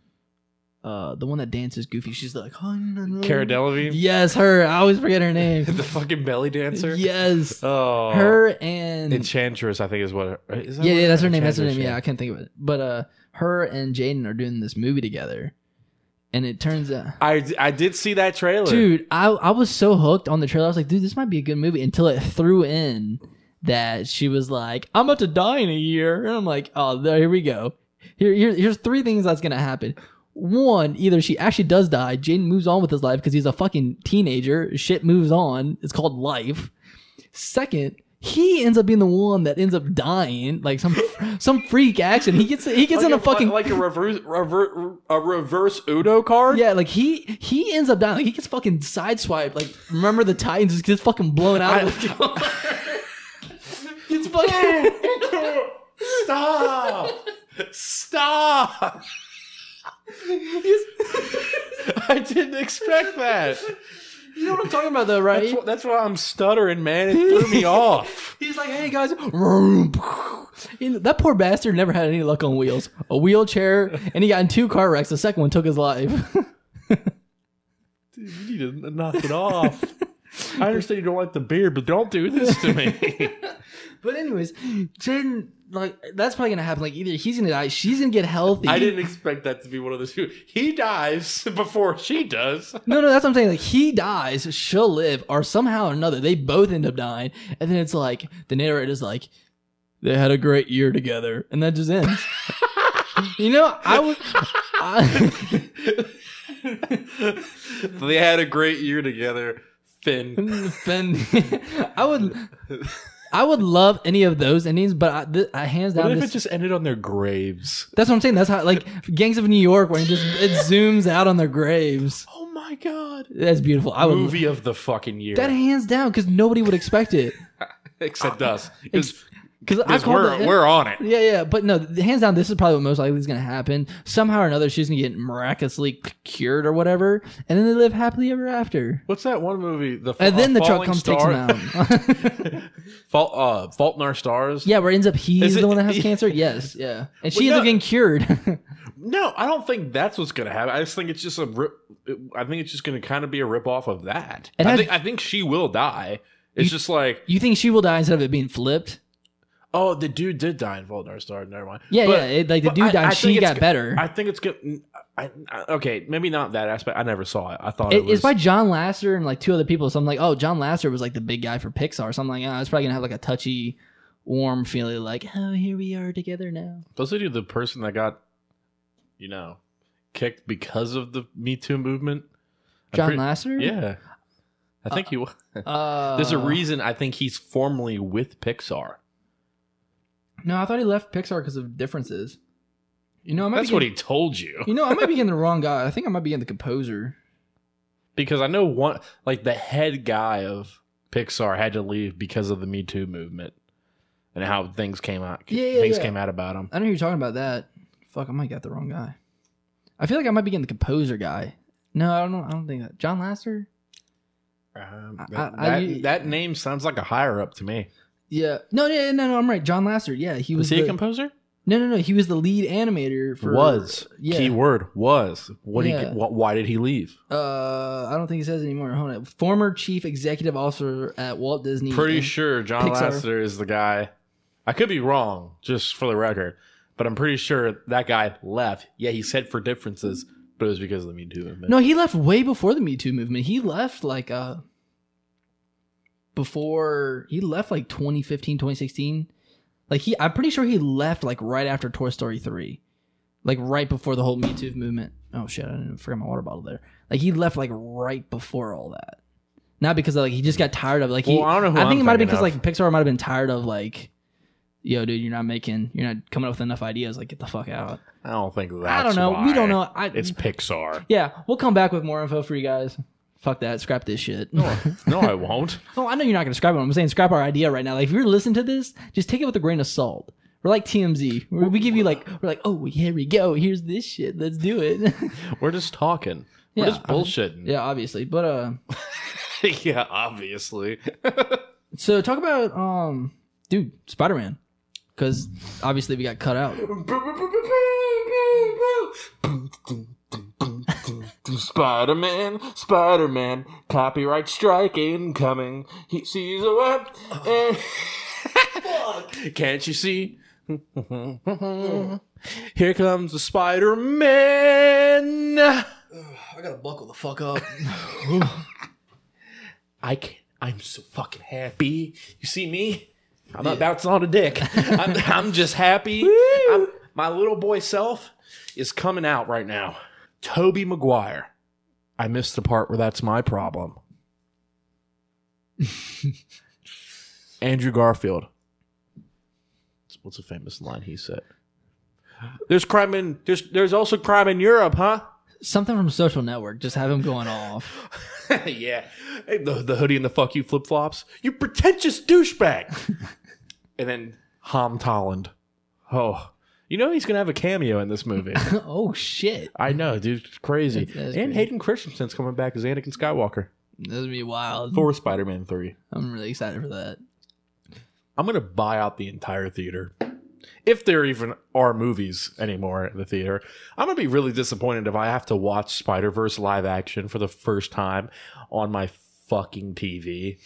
Speaker 2: uh, the one that dances goofy, she's like, "Huh, no, no, no."
Speaker 1: Cara Delevingne,
Speaker 2: Yes, her. I always forget her
Speaker 1: *laughs*
Speaker 2: name.
Speaker 1: the fucking belly dancer.
Speaker 2: yes,
Speaker 1: Oh,
Speaker 2: her and
Speaker 1: Enchantress, I think is what. Her, is that
Speaker 2: yeah,
Speaker 1: what-
Speaker 2: yeah, that's her name. That's her name.
Speaker 1: Enchantress,
Speaker 2: Yeah, I can't think of it. But uh, her and Jaden are doing this movie together, and it turns out.
Speaker 1: I I did see that trailer.
Speaker 2: Dude, I, I was so hooked on the trailer. I was like, dude, this might be a good movie until it threw in that she was like, I'm about to die in a year. And I'm like, oh, there, here we go. Here, here, here's three things that's going to happen. One, either she actually does die, Jaden moves on with his life because he's a fucking teenager. Shit moves on. It's called life. Second, he ends up being the one that ends up dying, like some *laughs* some freak accident. He gets he gets
Speaker 1: Like
Speaker 2: in a fucking
Speaker 1: like a reverse rever, a reverse Udo card.
Speaker 2: yeah, like he he ends up dying. Like he gets fucking sideswiped. Like remember the Titans just gets fucking blown out. *laughs*
Speaker 1: I-
Speaker 2: it's fucking
Speaker 1: Stop! Stop! I didn't expect that.
Speaker 2: you know what I'm talking about though, right?
Speaker 1: That's, wh- that's why I'm stuttering, man. It threw me off.
Speaker 2: *laughs* He's like, hey guys, vroom, You know, that poor bastard never had any luck on wheels. A wheelchair, and he got in two car wrecks. The second one took his life. *laughs*
Speaker 1: Dude, you need to knock it
Speaker 2: *laughs*
Speaker 1: off. I understand you don't like the beer, but don't do this to
Speaker 2: *laughs*
Speaker 1: me.
Speaker 2: but anyways, Jaden, like that's probably gonna happen. Like either he's gonna die, she's gonna get healthy.
Speaker 1: I didn't expect that to be one of the two. He dies *laughs* before she does. *laughs*
Speaker 2: No, no, that's what I'm saying. Like he dies, she'll live, or somehow or another, they both end up dying. And then it's like the narrator's like, they had a great year together, and that
Speaker 1: *laughs*
Speaker 2: just ends. you know, I would. I,
Speaker 1: they had a great year together. Finn.
Speaker 2: Finn, *laughs* I would. I would love any of those endings, but I, th- I hands
Speaker 1: What
Speaker 2: down
Speaker 1: if
Speaker 2: this.
Speaker 1: it just ended on their graves?
Speaker 2: that's what I'm saying. That's how like Gangs of New York, when it just it zooms out on their graves.
Speaker 1: Oh my god!
Speaker 2: That's beautiful. I would.
Speaker 1: Um, Movie of the fucking year,
Speaker 2: That hands down, because nobody would expect it.
Speaker 1: except us, because
Speaker 2: Because I called
Speaker 1: we're
Speaker 2: it-
Speaker 1: we're on it.
Speaker 2: Yeah, yeah, but no, th- hands down, this is probably what most likely is going to happen. Somehow or another, she's going to get miraculously c- cured or whatever, and then they live happily ever after.
Speaker 1: What's that one movie? The uh,
Speaker 2: And then the
Speaker 1: Falling
Speaker 2: truck comes
Speaker 1: Star-
Speaker 2: takes him out. *laughs*
Speaker 1: Fault, uh, Fault in Our Stars.
Speaker 2: yeah, where it ends up
Speaker 1: *laughs*
Speaker 2: he's
Speaker 1: Is it-
Speaker 2: the one that has cancer. Yes, yeah, and she
Speaker 1: Well,
Speaker 2: ends
Speaker 1: no-
Speaker 2: up getting cured. *laughs*
Speaker 1: No, I don't think that's what's gonna happen. I just think it's just a rip. I think it's just gonna kind of be a rip off of that.
Speaker 2: It
Speaker 1: I
Speaker 2: has-
Speaker 1: think I think she will die. It's
Speaker 2: You-
Speaker 1: just like
Speaker 2: you think she will die instead of it being flipped?
Speaker 1: oh, the dude did die in Fault in Our Stars. Never mind.
Speaker 2: Yeah,
Speaker 1: But
Speaker 2: yeah. It, like the
Speaker 1: but
Speaker 2: dude
Speaker 1: I- I
Speaker 2: died,
Speaker 1: think
Speaker 2: she
Speaker 1: it's
Speaker 2: got
Speaker 1: go-
Speaker 2: better.
Speaker 1: I think it's good. I, I, okay, maybe not that aspect. I never saw it. I thought it,
Speaker 2: It-
Speaker 1: was
Speaker 2: it's by John Lasseter and like two other people. So I'm like, oh, John Lasseter was like the big guy for Pixar. So I'm like, oh, it's probably gonna have like a touchy, warm feeling, like, oh, here we are together now.
Speaker 1: Supposed to do the person that got you know, kicked because of the Me Too movement. I'm
Speaker 2: John
Speaker 1: pretty-
Speaker 2: Lasseter?
Speaker 1: Yeah. I think he was.
Speaker 2: Uh,
Speaker 1: There's a reason I think he's formerly with Pixar.
Speaker 2: No, I thought he left Pixar because of differences. You know, I might
Speaker 1: That's
Speaker 2: be
Speaker 1: what
Speaker 2: getting-
Speaker 1: he told you. *laughs*
Speaker 2: You know, I might be getting the wrong guy. I think I might be getting the composer.
Speaker 1: Because I know one, like the head guy of Pixar had to leave because of the Me Too movement and how things came out.
Speaker 2: Yeah, yeah,
Speaker 1: things
Speaker 2: yeah.
Speaker 1: came out about him.
Speaker 2: I know you're talking about that. Fuck, I might got the wrong guy. I feel like I might be getting the composer guy. No, I don't know. I don't think that. John Lasseter?
Speaker 1: Um,
Speaker 2: I-
Speaker 1: that,
Speaker 2: I-
Speaker 1: that- that name sounds like a higher up to me.
Speaker 2: Yeah. No, no, no, no. I'm right. John Lasseter. Yeah, he was.
Speaker 1: Was he
Speaker 2: the,
Speaker 1: a composer?
Speaker 2: no, no, no. He was the lead animator for.
Speaker 1: was
Speaker 2: Yeah.
Speaker 1: key word was what he
Speaker 2: Yeah.
Speaker 1: wh- why did he leave?
Speaker 2: Uh, I don't think he says anymore. Hold on. Former chief executive officer at Walt Disney.
Speaker 1: Pretty
Speaker 2: and-
Speaker 1: sure John
Speaker 2: Pixar.
Speaker 1: Lasseter is the guy. I could be wrong, just for the record, but I'm pretty sure that guy left. Yeah, he said for differences, but it was because of the Me Too movement.
Speaker 2: No, he left way before the Me Too movement. He left like uh before he left like 2015, 2016. Like he I'm pretty sure he left like right after Toy Story 3. Like right before the whole Me Too movement. Oh shit, I didn't forget my water bottle there. Like he left like right before all that. Not because like he just got tired of it. like he
Speaker 1: Well, I don't know who
Speaker 2: think
Speaker 1: I'm
Speaker 2: it might have been
Speaker 1: thinking
Speaker 2: because like
Speaker 1: of.
Speaker 2: Pixar might have been tired of like yo dude, you're not making you're not coming up with enough ideas, like get the fuck out.
Speaker 1: I don't think that's
Speaker 2: I don't know. We don't
Speaker 1: why.
Speaker 2: know. I
Speaker 1: It's
Speaker 2: *laughs*
Speaker 1: Pixar.
Speaker 2: yeah, we'll come back with more info for you guys. Fuck that. Scrap this shit. *laughs* No,
Speaker 1: No, I won't.
Speaker 2: I know you're not going to scrap it. I'm saying scrap our idea right now. Like, if you're listening to this, just take it with a grain of salt. We're like TMZ. We're, we give you, like, we're like, oh, here we go. Here's this shit. Let's do it. *laughs*
Speaker 1: We're just talking. We're
Speaker 2: Yeah,
Speaker 1: just
Speaker 2: I mean-
Speaker 1: bullshitting.
Speaker 2: yeah, obviously. But, uh,
Speaker 1: *laughs* Yeah, obviously.
Speaker 2: so talk about, um, dude, Spider Man. Because obviously we got cut out.
Speaker 1: Spider Man, Spider Man, copyright strike incoming. He sees a web. And... Can't you see? Here comes the Spider Man.
Speaker 2: I got to buckle the fuck up.
Speaker 1: I can I'm so fucking happy. You see me? I'm not bouncing on a
Speaker 2: *laughs*
Speaker 1: dick. I'm, I'm just happy. I'm, my little boy self is coming out right now. Toby Maguire. I missed the part where that's my
Speaker 2: *laughs*
Speaker 1: problem. Andrew Garfield. What's a famous line he said? There's crime in there's there's also crime in Europe, huh?
Speaker 2: Something from Social Network. Just have him going off.
Speaker 1: *laughs*
Speaker 2: *laughs*
Speaker 1: yeah. Hey, The, the hoodie and the fuck you flip flops. You pretentious douchebag. *laughs* and then Hom Tolland. Oh, you know he's going to have a cameo in this *laughs* movie.
Speaker 2: oh, shit.
Speaker 1: I know, dude. It's crazy.
Speaker 2: That's- that's
Speaker 1: and
Speaker 2: crazy.
Speaker 1: Hayden Christensen's coming back as Anakin Skywalker
Speaker 2: That's going to be wild.
Speaker 1: for Spider Man 3.
Speaker 2: I'm really excited for that.
Speaker 1: I'm going to buy out the entire theater. If there even are movies anymore at the theater, I'm going to be really disappointed if I have to watch Spider Verse live action for the first time on my fucking TV.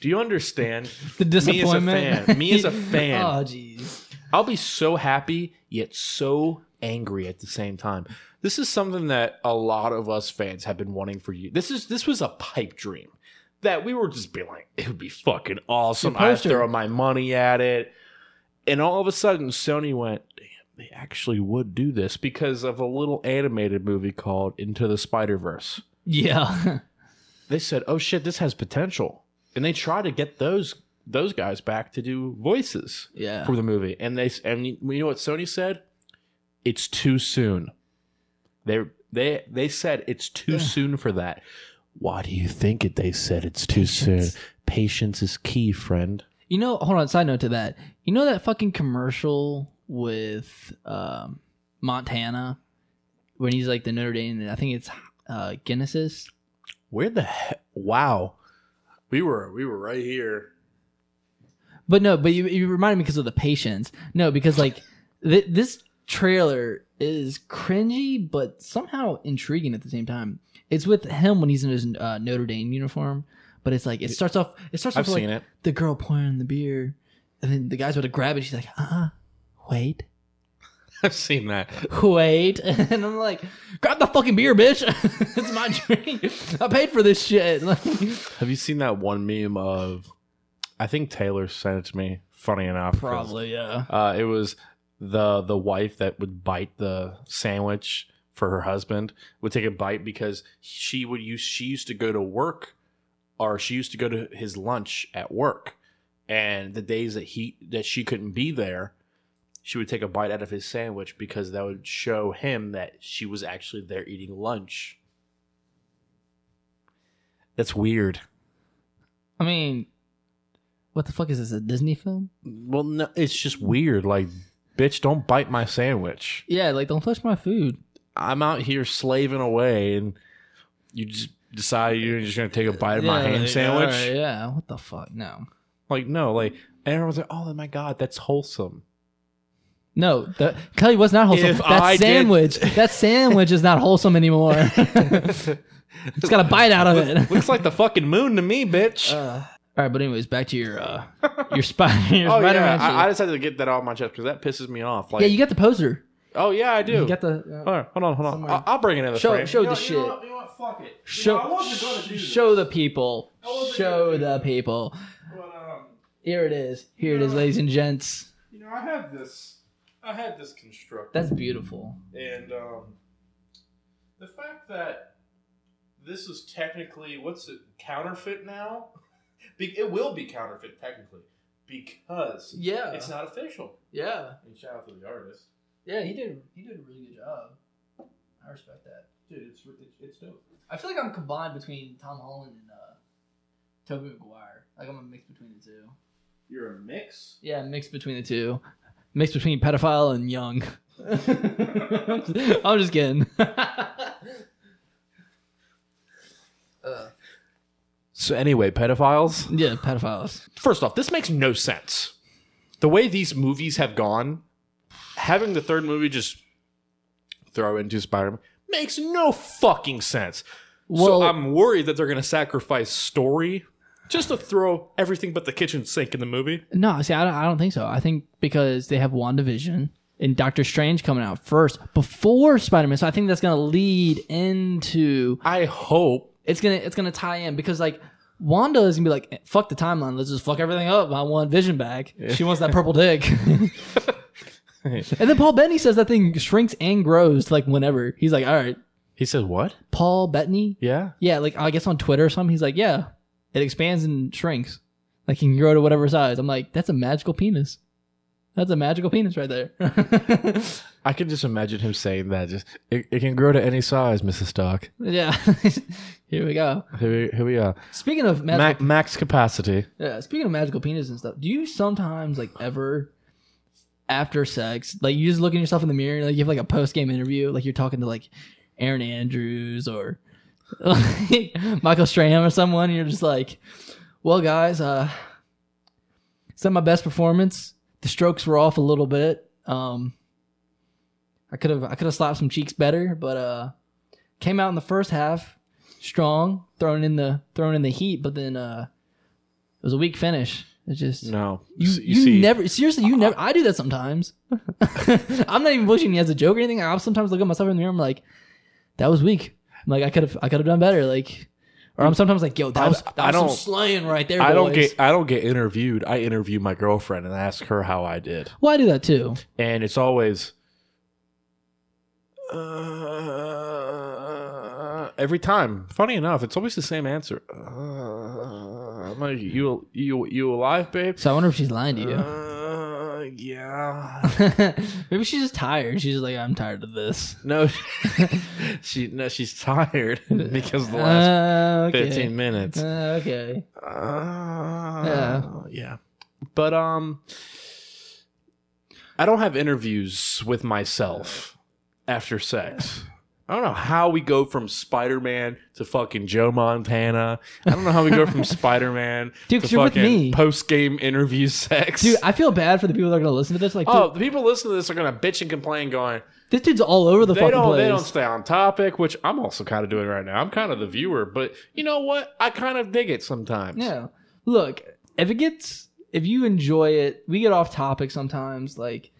Speaker 1: Do you understand?
Speaker 2: The
Speaker 1: disappointment. fan. Me as a
Speaker 2: *laughs*
Speaker 1: fan.
Speaker 2: oh, jeez.
Speaker 1: I'll be so happy yet so angry at the same time. This is something that a lot of us fans have been wanting for you. This is this was a pipe dream that we were just being like, it would be fucking awesome.
Speaker 2: The
Speaker 1: I
Speaker 2: poster.
Speaker 1: throw my money at it, and all of a sudden Sony went, damn, they actually would do this because of a little animated movie called Into the Spider Verse
Speaker 2: Yeah. *laughs*
Speaker 1: they said, "Oh shit, this has potential," and they try to get those those guys back to do voices
Speaker 2: yeah.
Speaker 1: for the movie. And they and you know what Sony said? It's too soon. They they they said it's too
Speaker 2: Yeah.
Speaker 1: soon for that. Why do you think it? They said it's too soon.
Speaker 2: Patience.
Speaker 1: Patience is key, friend.
Speaker 2: You know, hold on, side note to that. You know that fucking commercial with um, Montana when he's like the Notre Dame, and I think it's uh, Genesis?
Speaker 1: Where the he- wow? We were we were right here.
Speaker 2: But no, but you, you reminded me because of the patience. No, because like *laughs* th- this trailer is cringy, but somehow intriguing at the same time. It's with him when he's in his uh, Notre Dame uniform, but it's like it starts off. It starts
Speaker 1: I've
Speaker 2: off like
Speaker 1: seen it. *laughs*
Speaker 2: the girl pouring the beer, and then the guy's about to grab it. She's like, "Uh, uh wait,
Speaker 1: I've seen that.
Speaker 2: wait," *laughs* and I'm like, "Grab the fucking beer, bitch! *laughs* it's my drink. I paid for this shit." *laughs* Like,
Speaker 1: Have you seen that one meme of? I think Taylor sent it to me. Funny enough, 'cause
Speaker 2: Probably, yeah.
Speaker 1: Uh, it was the the wife that would bite the sandwich for her husband would take a bite because she would use she used to go to work or she used to go to his lunch at work and the days that he that she couldn't be there she would take a bite out of his sandwich because that would show him that she was actually there eating lunch that's weird
Speaker 2: I mean, what the fuck is this? A Disney film?
Speaker 1: well no it's just weird like bitch don't bite my sandwich
Speaker 2: Yeah, like don't touch my food.
Speaker 1: I'm out here slaving away, and you just decide you're just gonna take a bite of my
Speaker 2: Yeah,
Speaker 1: ham
Speaker 2: like,
Speaker 1: sandwich.
Speaker 2: alright, yeah, what the fuck? No,
Speaker 1: Like no, like and everyone's like, oh my god, that's
Speaker 2: *laughs*
Speaker 1: wholesome.
Speaker 2: no. The, Kelly was not wholesome.
Speaker 1: If
Speaker 2: that
Speaker 1: I did-
Speaker 2: sandwich, that sandwich is not wholesome anymore. *laughs* it's got a bite out of it.
Speaker 1: Looks like the fucking moon to me, bitch.
Speaker 2: *laughs* Uh, all right, but anyways, back to your uh, your spider. *laughs* Your
Speaker 1: oh yeah,
Speaker 2: Spider-Man shit.
Speaker 1: I, I decided to get that off my chest because that pisses me off. Like,
Speaker 2: yeah, you got the poster.
Speaker 1: oh yeah, I
Speaker 2: You
Speaker 1: do.
Speaker 2: got the. uh,
Speaker 1: All right, hold on, hold on.
Speaker 2: Somewhere.
Speaker 1: I'll, I'll bring it in the
Speaker 2: Show-
Speaker 1: frame.
Speaker 2: show
Speaker 1: You know-
Speaker 2: the
Speaker 1: you know
Speaker 2: shit.
Speaker 1: what- you know what? Fuck it. You know, I
Speaker 2: Show,
Speaker 1: wasn't gonna do this.
Speaker 2: show the people.
Speaker 1: I wasn't
Speaker 2: Show
Speaker 1: gonna do
Speaker 2: the people.
Speaker 1: But, um,
Speaker 2: Here it is. Here it is, ladies and gents.
Speaker 1: you know, I had this. I had this constructed.
Speaker 2: That's beautiful.
Speaker 1: And um, the fact that this is technically what's it counterfeit now? *laughs* Be- it will be counterfeit technically because
Speaker 2: Yeah.
Speaker 1: it's not official.
Speaker 2: yeah.
Speaker 1: And shout out to the artist,
Speaker 2: Yeah, he did. He did a really good job. I respect that.
Speaker 1: dude. It's it's, it's dope.
Speaker 2: I feel like I'm combined between Tom Holland and uh, Tobey Maguire. Like I'm a mix between the two.
Speaker 1: You're a mix.
Speaker 2: Yeah, mix between the two. Mix between pedophile and *laughs* young. I'm just *laughs* kidding. uh,
Speaker 1: So anyway, pedophiles.
Speaker 2: yeah, pedophiles.
Speaker 1: First off, this makes no sense. The way these movies have gone, having the third movie just throw into Spider-Man makes no fucking sense.
Speaker 2: Well,
Speaker 1: so I'm worried that they're going to sacrifice story just to throw everything but the kitchen sink in the movie.
Speaker 2: no, see, I don't, I don't think so. I think because they have WandaVision and Doctor Strange coming out first before Spider Man, so I think that's gonna lead into
Speaker 1: I hope.
Speaker 2: it's gonna it's gonna tie in because like Wanda is gonna be like fuck the timeline let's just fuck everything up I want Vision back she wants that purple dick and then Paul Bettany says that thing shrinks and grows like whenever he's like all right
Speaker 1: He says what?
Speaker 2: Paul Bettany
Speaker 1: Yeah.
Speaker 2: yeah like I guess on Twitter or something he's like yeah it expands and shrinks like he can grow to whatever size I'm like that's a magical penis that's a magical penis right there *laughs*
Speaker 1: I can just imagine him saying that. Just it, it can grow to any size, Mrs. Stock.
Speaker 2: yeah *laughs* here we go
Speaker 1: Here, we- here we are.
Speaker 2: speaking of magical
Speaker 1: Ma- max capacity.
Speaker 2: Yeah, speaking of magical penis and stuff, do you sometimes like ever after sex, like you just look at yourself in the mirror and like you have like a post game interview, like you're talking to like Aaron Andrews or *laughs* like, Michael Strahan or someone, and you're just like, Well guys, uh it's not my best performance. The strokes were off a little bit. Um I could have I could have slapped some cheeks better, but uh came out in the first half strong, thrown in the thrown in the heat, but then uh it was a weak finish. It's just
Speaker 1: No,
Speaker 2: you,
Speaker 1: S- Uh-uh.
Speaker 2: you, never seriously you never I do that sometimes. *laughs* I'm not even pushing you as a joke or anything. I'll sometimes look at myself in the mirror. I'm like, that was weak. I'm like I could have I could have done better. Like, or I'm sometimes like, yo, that
Speaker 1: I-
Speaker 2: was that
Speaker 1: I
Speaker 2: was some
Speaker 1: don't-
Speaker 2: slaying right there.
Speaker 1: I don't
Speaker 2: boys.
Speaker 1: get. I don't get interviewed. I interview my girlfriend and ask her how I did,
Speaker 2: Well, I do that too.
Speaker 1: and it's always. Uh, every time, funny enough, it's always the same answer. Uh, I'm like, you, you, you alive, babe?
Speaker 2: So I wonder if she's lying to you.
Speaker 1: Uh, yeah.
Speaker 2: *laughs* Maybe she's just tired. She's just like, I'm tired of this.
Speaker 1: No, *laughs* she no, she's tired *laughs* because the last
Speaker 2: Uh, *laughs* okay.
Speaker 1: fifteen minutes.
Speaker 2: Uh, okay.
Speaker 1: Uh, yeah. But um I don't have interviews with myself after sex. I don't know how we go from Spider-Man to fucking Joe Montana. I don't know how we go
Speaker 2: *laughs*
Speaker 1: from Spider-Man
Speaker 2: Dude,
Speaker 1: to
Speaker 2: 'cause you're with me.
Speaker 1: fucking post-game interview *laughs* sex.
Speaker 2: Dude, I feel bad for the people that are gonna listen to this. Like, dude,
Speaker 1: oh, the people listening to this are gonna bitch and complain, going,
Speaker 2: this dude's all over the
Speaker 1: they
Speaker 2: fucking
Speaker 1: don't
Speaker 2: place.
Speaker 1: they don't stay on topic, which I'm also kind of doing right now. I'm kind of the viewer, but you know what? I kind of dig it sometimes.
Speaker 2: Yeah. Look, if it gets if you enjoy it, we get off topic sometimes, like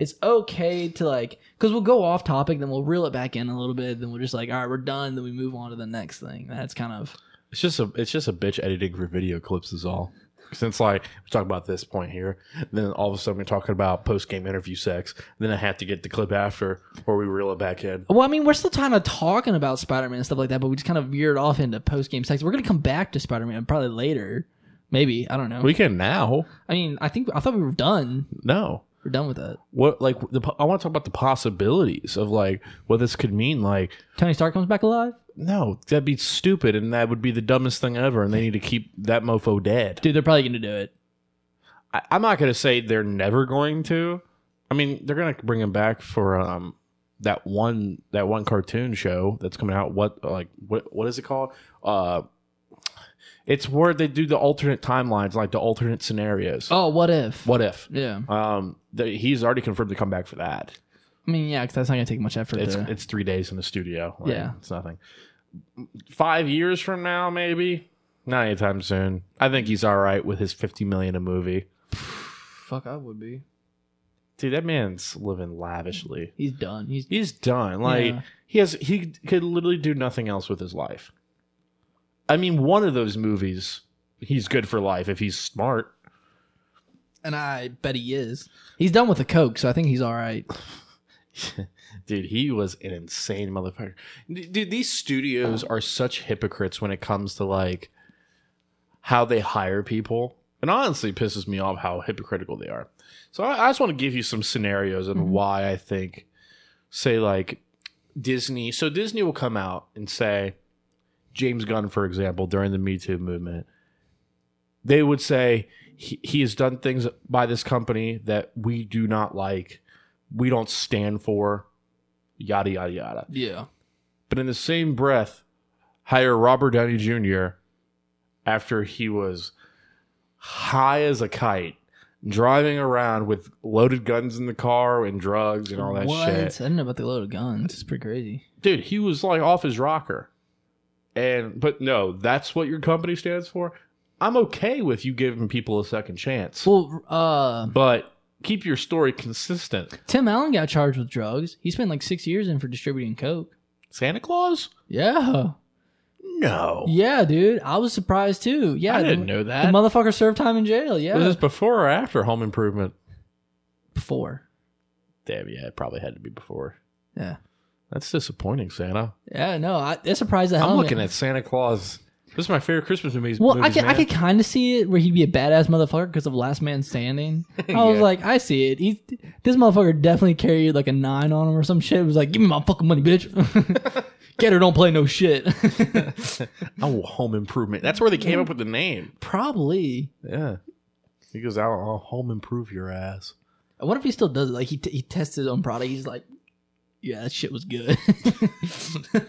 Speaker 2: it's okay to like because we'll go off topic, then we'll reel it back in a little bit, then we're just like, all right, we're done, then we move on to the next thing. That's kind of
Speaker 1: It's just a it's just a bitch editing for video clips is all. since like we talk about this point here, then all of a sudden we're talking about post game interview sex. Then I have to get the clip after where we reel it back in.
Speaker 2: Well, I mean, we're still kind of talking about Spider Man and stuff like that, but we just kind of veered off into post game sex. We're gonna come back to Spider Man probably later, maybe. I don't know.
Speaker 1: We can now.
Speaker 2: I mean, I think I thought we were done.
Speaker 1: No.
Speaker 2: We're done with that.
Speaker 1: What like the po- I want to talk about the possibilities of like what this could mean. Like
Speaker 2: Tony Stark comes back alive,
Speaker 1: no, that'd be stupid, and that would be the dumbest thing ever. And they need to keep that mofo dead.
Speaker 2: dude. They're probably gonna do it.
Speaker 1: I, I'm not gonna say they're never going to. I mean, they're gonna bring him back for um that one that one cartoon show that's coming out. What like what what is it called? Uh, it's where they do the alternate timelines, like the alternate scenarios.
Speaker 2: Oh, what if?
Speaker 1: What if?
Speaker 2: Yeah,
Speaker 1: Um, the, he's already confirmed to come back for that.
Speaker 2: I mean, yeah, because that's not gonna take much effort.
Speaker 1: It's
Speaker 2: to-
Speaker 1: it's three days in the studio. Like,
Speaker 2: Yeah.
Speaker 1: it's nothing. Five years from now, maybe not anytime soon. I think he's all right with his fifty million a movie.
Speaker 2: Fuck, I would be.
Speaker 1: Dude, that man's living lavishly.
Speaker 2: He's done. He's
Speaker 1: He's done. Like
Speaker 2: Yeah.
Speaker 1: he has he could literally do nothing else with his life. I mean, one of those movies, he's good for life if he's smart.
Speaker 2: and I bet he is. He's done with the coke, so I think he's all right.
Speaker 1: Dude, he was an insane motherfucker. D- Dude, these studios are such hypocrites when it comes to like how they hire people. And honestly, it pisses me off how hypocritical they are. So I, I just want to give you some scenarios and
Speaker 2: Mhm.
Speaker 1: why I think, say, like Disney. So Disney will come out and say, James Gunn, for example, during the Me Too movement, they would say he, he has done things by this company that we do not like, we don't stand for, yada yada yada.
Speaker 2: Yeah.
Speaker 1: But in the same breath, hire Robert Downey Jr. after he was high as a kite, driving around with loaded guns in the car and drugs and all that
Speaker 2: what?
Speaker 1: shit
Speaker 2: I didn't know about the loaded guns. It's pretty crazy.
Speaker 1: dude, he was like off his rocker. And but no, that's what your company stands for. I'm okay with you giving people a second chance,
Speaker 2: Well, uh,
Speaker 1: but keep your story consistent.
Speaker 2: Tim Allen got charged with drugs. He spent like six years in for distributing coke.
Speaker 1: Santa Claus?
Speaker 2: Yeah.
Speaker 1: No,
Speaker 2: Yeah, dude. I was surprised too. Yeah.
Speaker 1: I
Speaker 2: the-
Speaker 1: didn't know
Speaker 2: The
Speaker 1: that.
Speaker 2: motherfucker served time in jail. Yeah.
Speaker 1: Was this before or after Home Improvement?
Speaker 2: before.
Speaker 1: Damn, yeah, it probably had to be before.
Speaker 2: Yeah.
Speaker 1: That's disappointing, Santa.
Speaker 2: Yeah, no, I, it surprised the hell out
Speaker 1: I'm
Speaker 2: of me.
Speaker 1: looking at Santa Claus. This is my favorite Christmas movie.
Speaker 2: Oh, Well, I
Speaker 1: movies,
Speaker 2: could, I
Speaker 1: man.
Speaker 2: could kind of see it where he'd be a badass motherfucker because of Last Man *laughs* Standing. I was
Speaker 1: Yeah.
Speaker 2: like, I see it. He's, this motherfucker definitely carried like a nine on him or some shit. It was like, give me my fucking money, bitch. *laughs* Get her, don't play no shit. *laughs*
Speaker 1: oh, Home Improvement. That's where they came up with the name.
Speaker 2: Probably.
Speaker 1: Yeah, he goes, "I'll, I'll home improve your ass."
Speaker 2: I wonder if he still does it. Like he t- he tests his own product. He's like, yeah, that shit was *laughs* good.
Speaker 1: *laughs*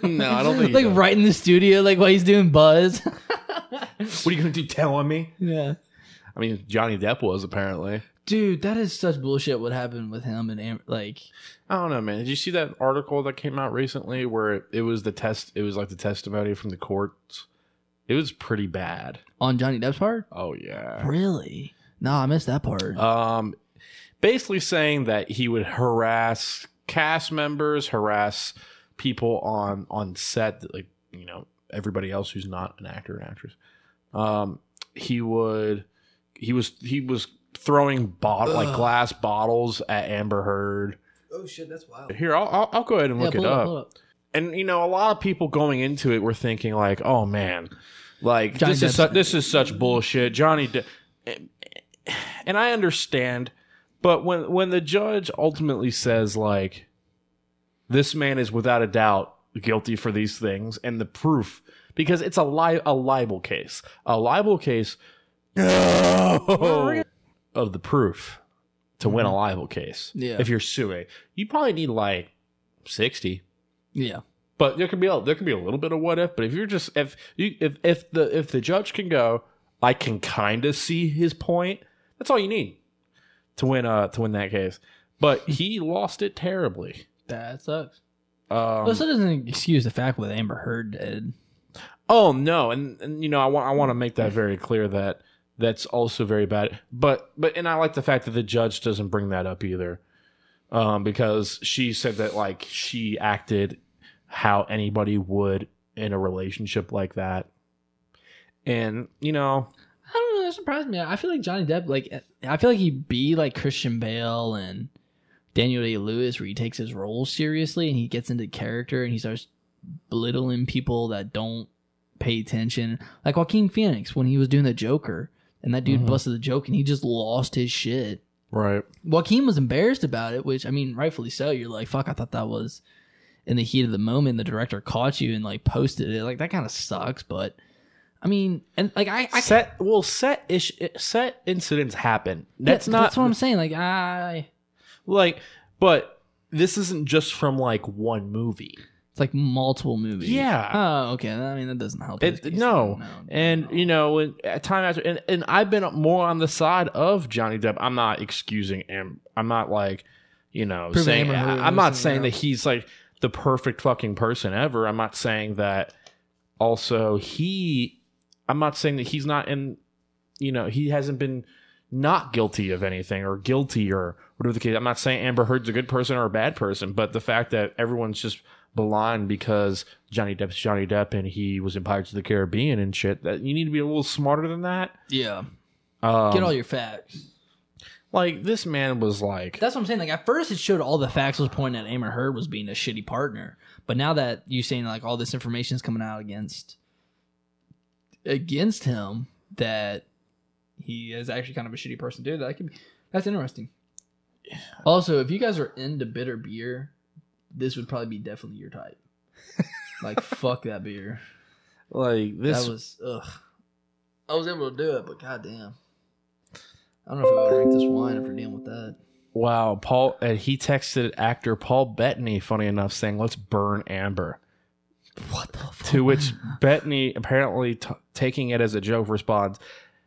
Speaker 1: No, I don't
Speaker 2: *laughs*
Speaker 1: think he
Speaker 2: like
Speaker 1: does.
Speaker 2: right in the studio, like while he's doing buzz. *laughs*
Speaker 1: What are you gonna do? Telling me?
Speaker 2: yeah,
Speaker 1: I mean, Johnny Depp was apparently.
Speaker 2: dude, that is such bullshit. What happened with him and Am- like,
Speaker 1: I don't know, man. Did you see that article that came out recently where it, it was the test? It was like the testimony from the courts. It was pretty bad.
Speaker 2: on Johnny Depp's part?
Speaker 1: Oh yeah.
Speaker 2: Really? No, I missed that part.
Speaker 1: Um, basically saying that he would harass cast members, harass people on on set, like you know everybody else who's not an actor and actress. Um, he would, he was he was throwing bottle like
Speaker 2: Ugh.
Speaker 1: glass bottles at Amber Heard.
Speaker 2: oh shit, that's wild.
Speaker 1: Here, I'll I'll, I'll go ahead and look it up.
Speaker 2: pull up.
Speaker 1: And you know, a lot of people going into it were thinking like, "Oh man, like
Speaker 2: Johnny
Speaker 1: this is
Speaker 2: Depp's-
Speaker 1: su- this is such bullshit." Johnny, De- and I understand, but when when the judge ultimately says like, "This man is without a doubt guilty for these things," and the proof because it's a li- a libel case, a libel case
Speaker 2: Oh.
Speaker 1: of the proof to win a libel case.
Speaker 2: Mm-hmm. Yeah.
Speaker 1: if you're suing, you probably need like sixty.
Speaker 2: Yeah,
Speaker 1: But there can be a, there can be a little bit of what if. But if you're just if you if if the if the judge can go, I can kind of see his point. That's all you need to win uh to win that case. But he lost it terribly.
Speaker 2: that sucks.
Speaker 1: Um,
Speaker 2: this doesn't excuse the fact what Amber Heard did.
Speaker 1: oh no, and, and you know I want I want to make that very clear that that's also very bad. But but and I like the fact that the judge doesn't bring that up either, um, because she said that like she acted how anybody would in a relationship like that, and you know
Speaker 2: I don't know. That surprised me. I feel like Johnny Depp, like I feel like he'd be like Christian Bale and Daniel Day Lewis, where he takes his role seriously and he gets into character and he starts belittling people that don't pay attention. Like Joaquin Phoenix when he was doing the Joker, and that dude Mm-hmm.
Speaker 1: Mhm.
Speaker 2: busted the joke and he just lost his shit.
Speaker 1: Right.
Speaker 2: Joaquin was embarrassed about it, which I mean, rightfully so. You're like, fuck, I thought that was in the heat of the moment. The director caught you and like posted it. Like that kind of sucks, but I mean, and like I, I
Speaker 1: set well set ish set incidents happen.
Speaker 2: that-
Speaker 1: That's not
Speaker 2: that's what I'm saying. Like I,
Speaker 1: like but this isn't just from like one movie.
Speaker 2: it's like multiple movies.
Speaker 1: Yeah.
Speaker 2: Oh, okay. I mean, that doesn't help.
Speaker 1: It-
Speaker 2: his case.
Speaker 1: no. And
Speaker 2: no.
Speaker 1: you know, and at time after, and, and I've been more on the side of Johnny Depp. I'm not excusing him. I'm not like, you know,
Speaker 2: Proving
Speaker 1: saying
Speaker 2: him a
Speaker 1: I, am not
Speaker 2: who's,
Speaker 1: saying
Speaker 2: yeah.
Speaker 1: that he's like the perfect fucking person ever. I'm not saying that. Also, he, I'm not saying that he's not in. You know, he hasn't been not guilty of anything or guilty or whatever the case. I'm not saying Amber Heard's a good person or a bad person, but the fact that everyone's just blind because Johnny Depp's Johnny Depp and he was in Pirates of the Caribbean and shit. That you need to be a little smarter than that.
Speaker 2: yeah,
Speaker 1: Um,
Speaker 2: get all your facts.
Speaker 1: like this man was like,
Speaker 2: That's what I'm saying. Like at first, it showed all the facts was pointing at Amber Heard was being a shitty partner, but now that you're saying like all this information is coming out against against him, that he is actually kind of a shitty person too. That could be that's interesting. Also, if you guys are into bitter beer, this would probably be definitely your type. like *laughs* fuck that beer.
Speaker 1: like this.
Speaker 2: that was ugh. I was able to do it, but goddamn, I don't know if I would drink this wine after dealing with that.
Speaker 1: wow, Paul. And he texted actor Paul Bettany, funny enough, saying, "Let's burn Amber."
Speaker 2: What the fuck?
Speaker 1: To which Bettany, apparently t- taking it as a joke, responds,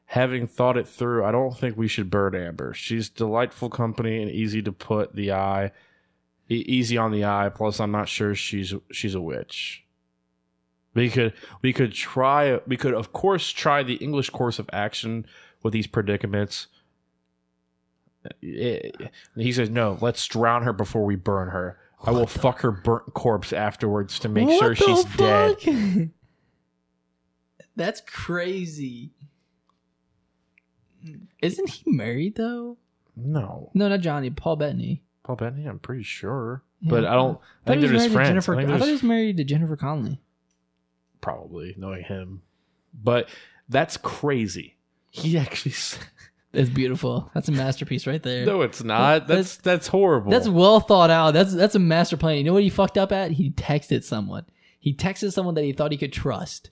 Speaker 1: Having thought it through, I don't think we should burn Amber. She's delightful company and easy to put the eye, e- easy on the eye. Plus, I'm not sure she's she's a witch. We could we could try we could of course try the English course of action with these predicaments. Eh, He says no. Let's drown her before we burn her. I will fuck her burnt corpse afterwards to make sure she's dead.
Speaker 2: dead. *laughs* That's crazy. Isn't he married though?
Speaker 1: No,
Speaker 2: No, not Johnny. Paul Bettany.
Speaker 1: Paul Bettany. I'm pretty sure,
Speaker 2: Yeah.
Speaker 1: but I don't. I
Speaker 2: thought
Speaker 1: think
Speaker 2: he
Speaker 1: they're
Speaker 2: was
Speaker 1: just
Speaker 2: married to
Speaker 1: friends.
Speaker 2: Jennifer-
Speaker 1: I
Speaker 2: I,
Speaker 1: think they're
Speaker 2: thought he
Speaker 1: just-
Speaker 2: was married to Jennifer Connelly.
Speaker 1: probably knowing him, but that's crazy. He actually. s-
Speaker 2: That's beautiful. That's a masterpiece right there.
Speaker 1: *laughs* No, it's not. That's that's horrible.
Speaker 2: That's well thought out. That's that's a master plan. You know what he fucked up at? He texted someone. He texted someone that he thought he could trust.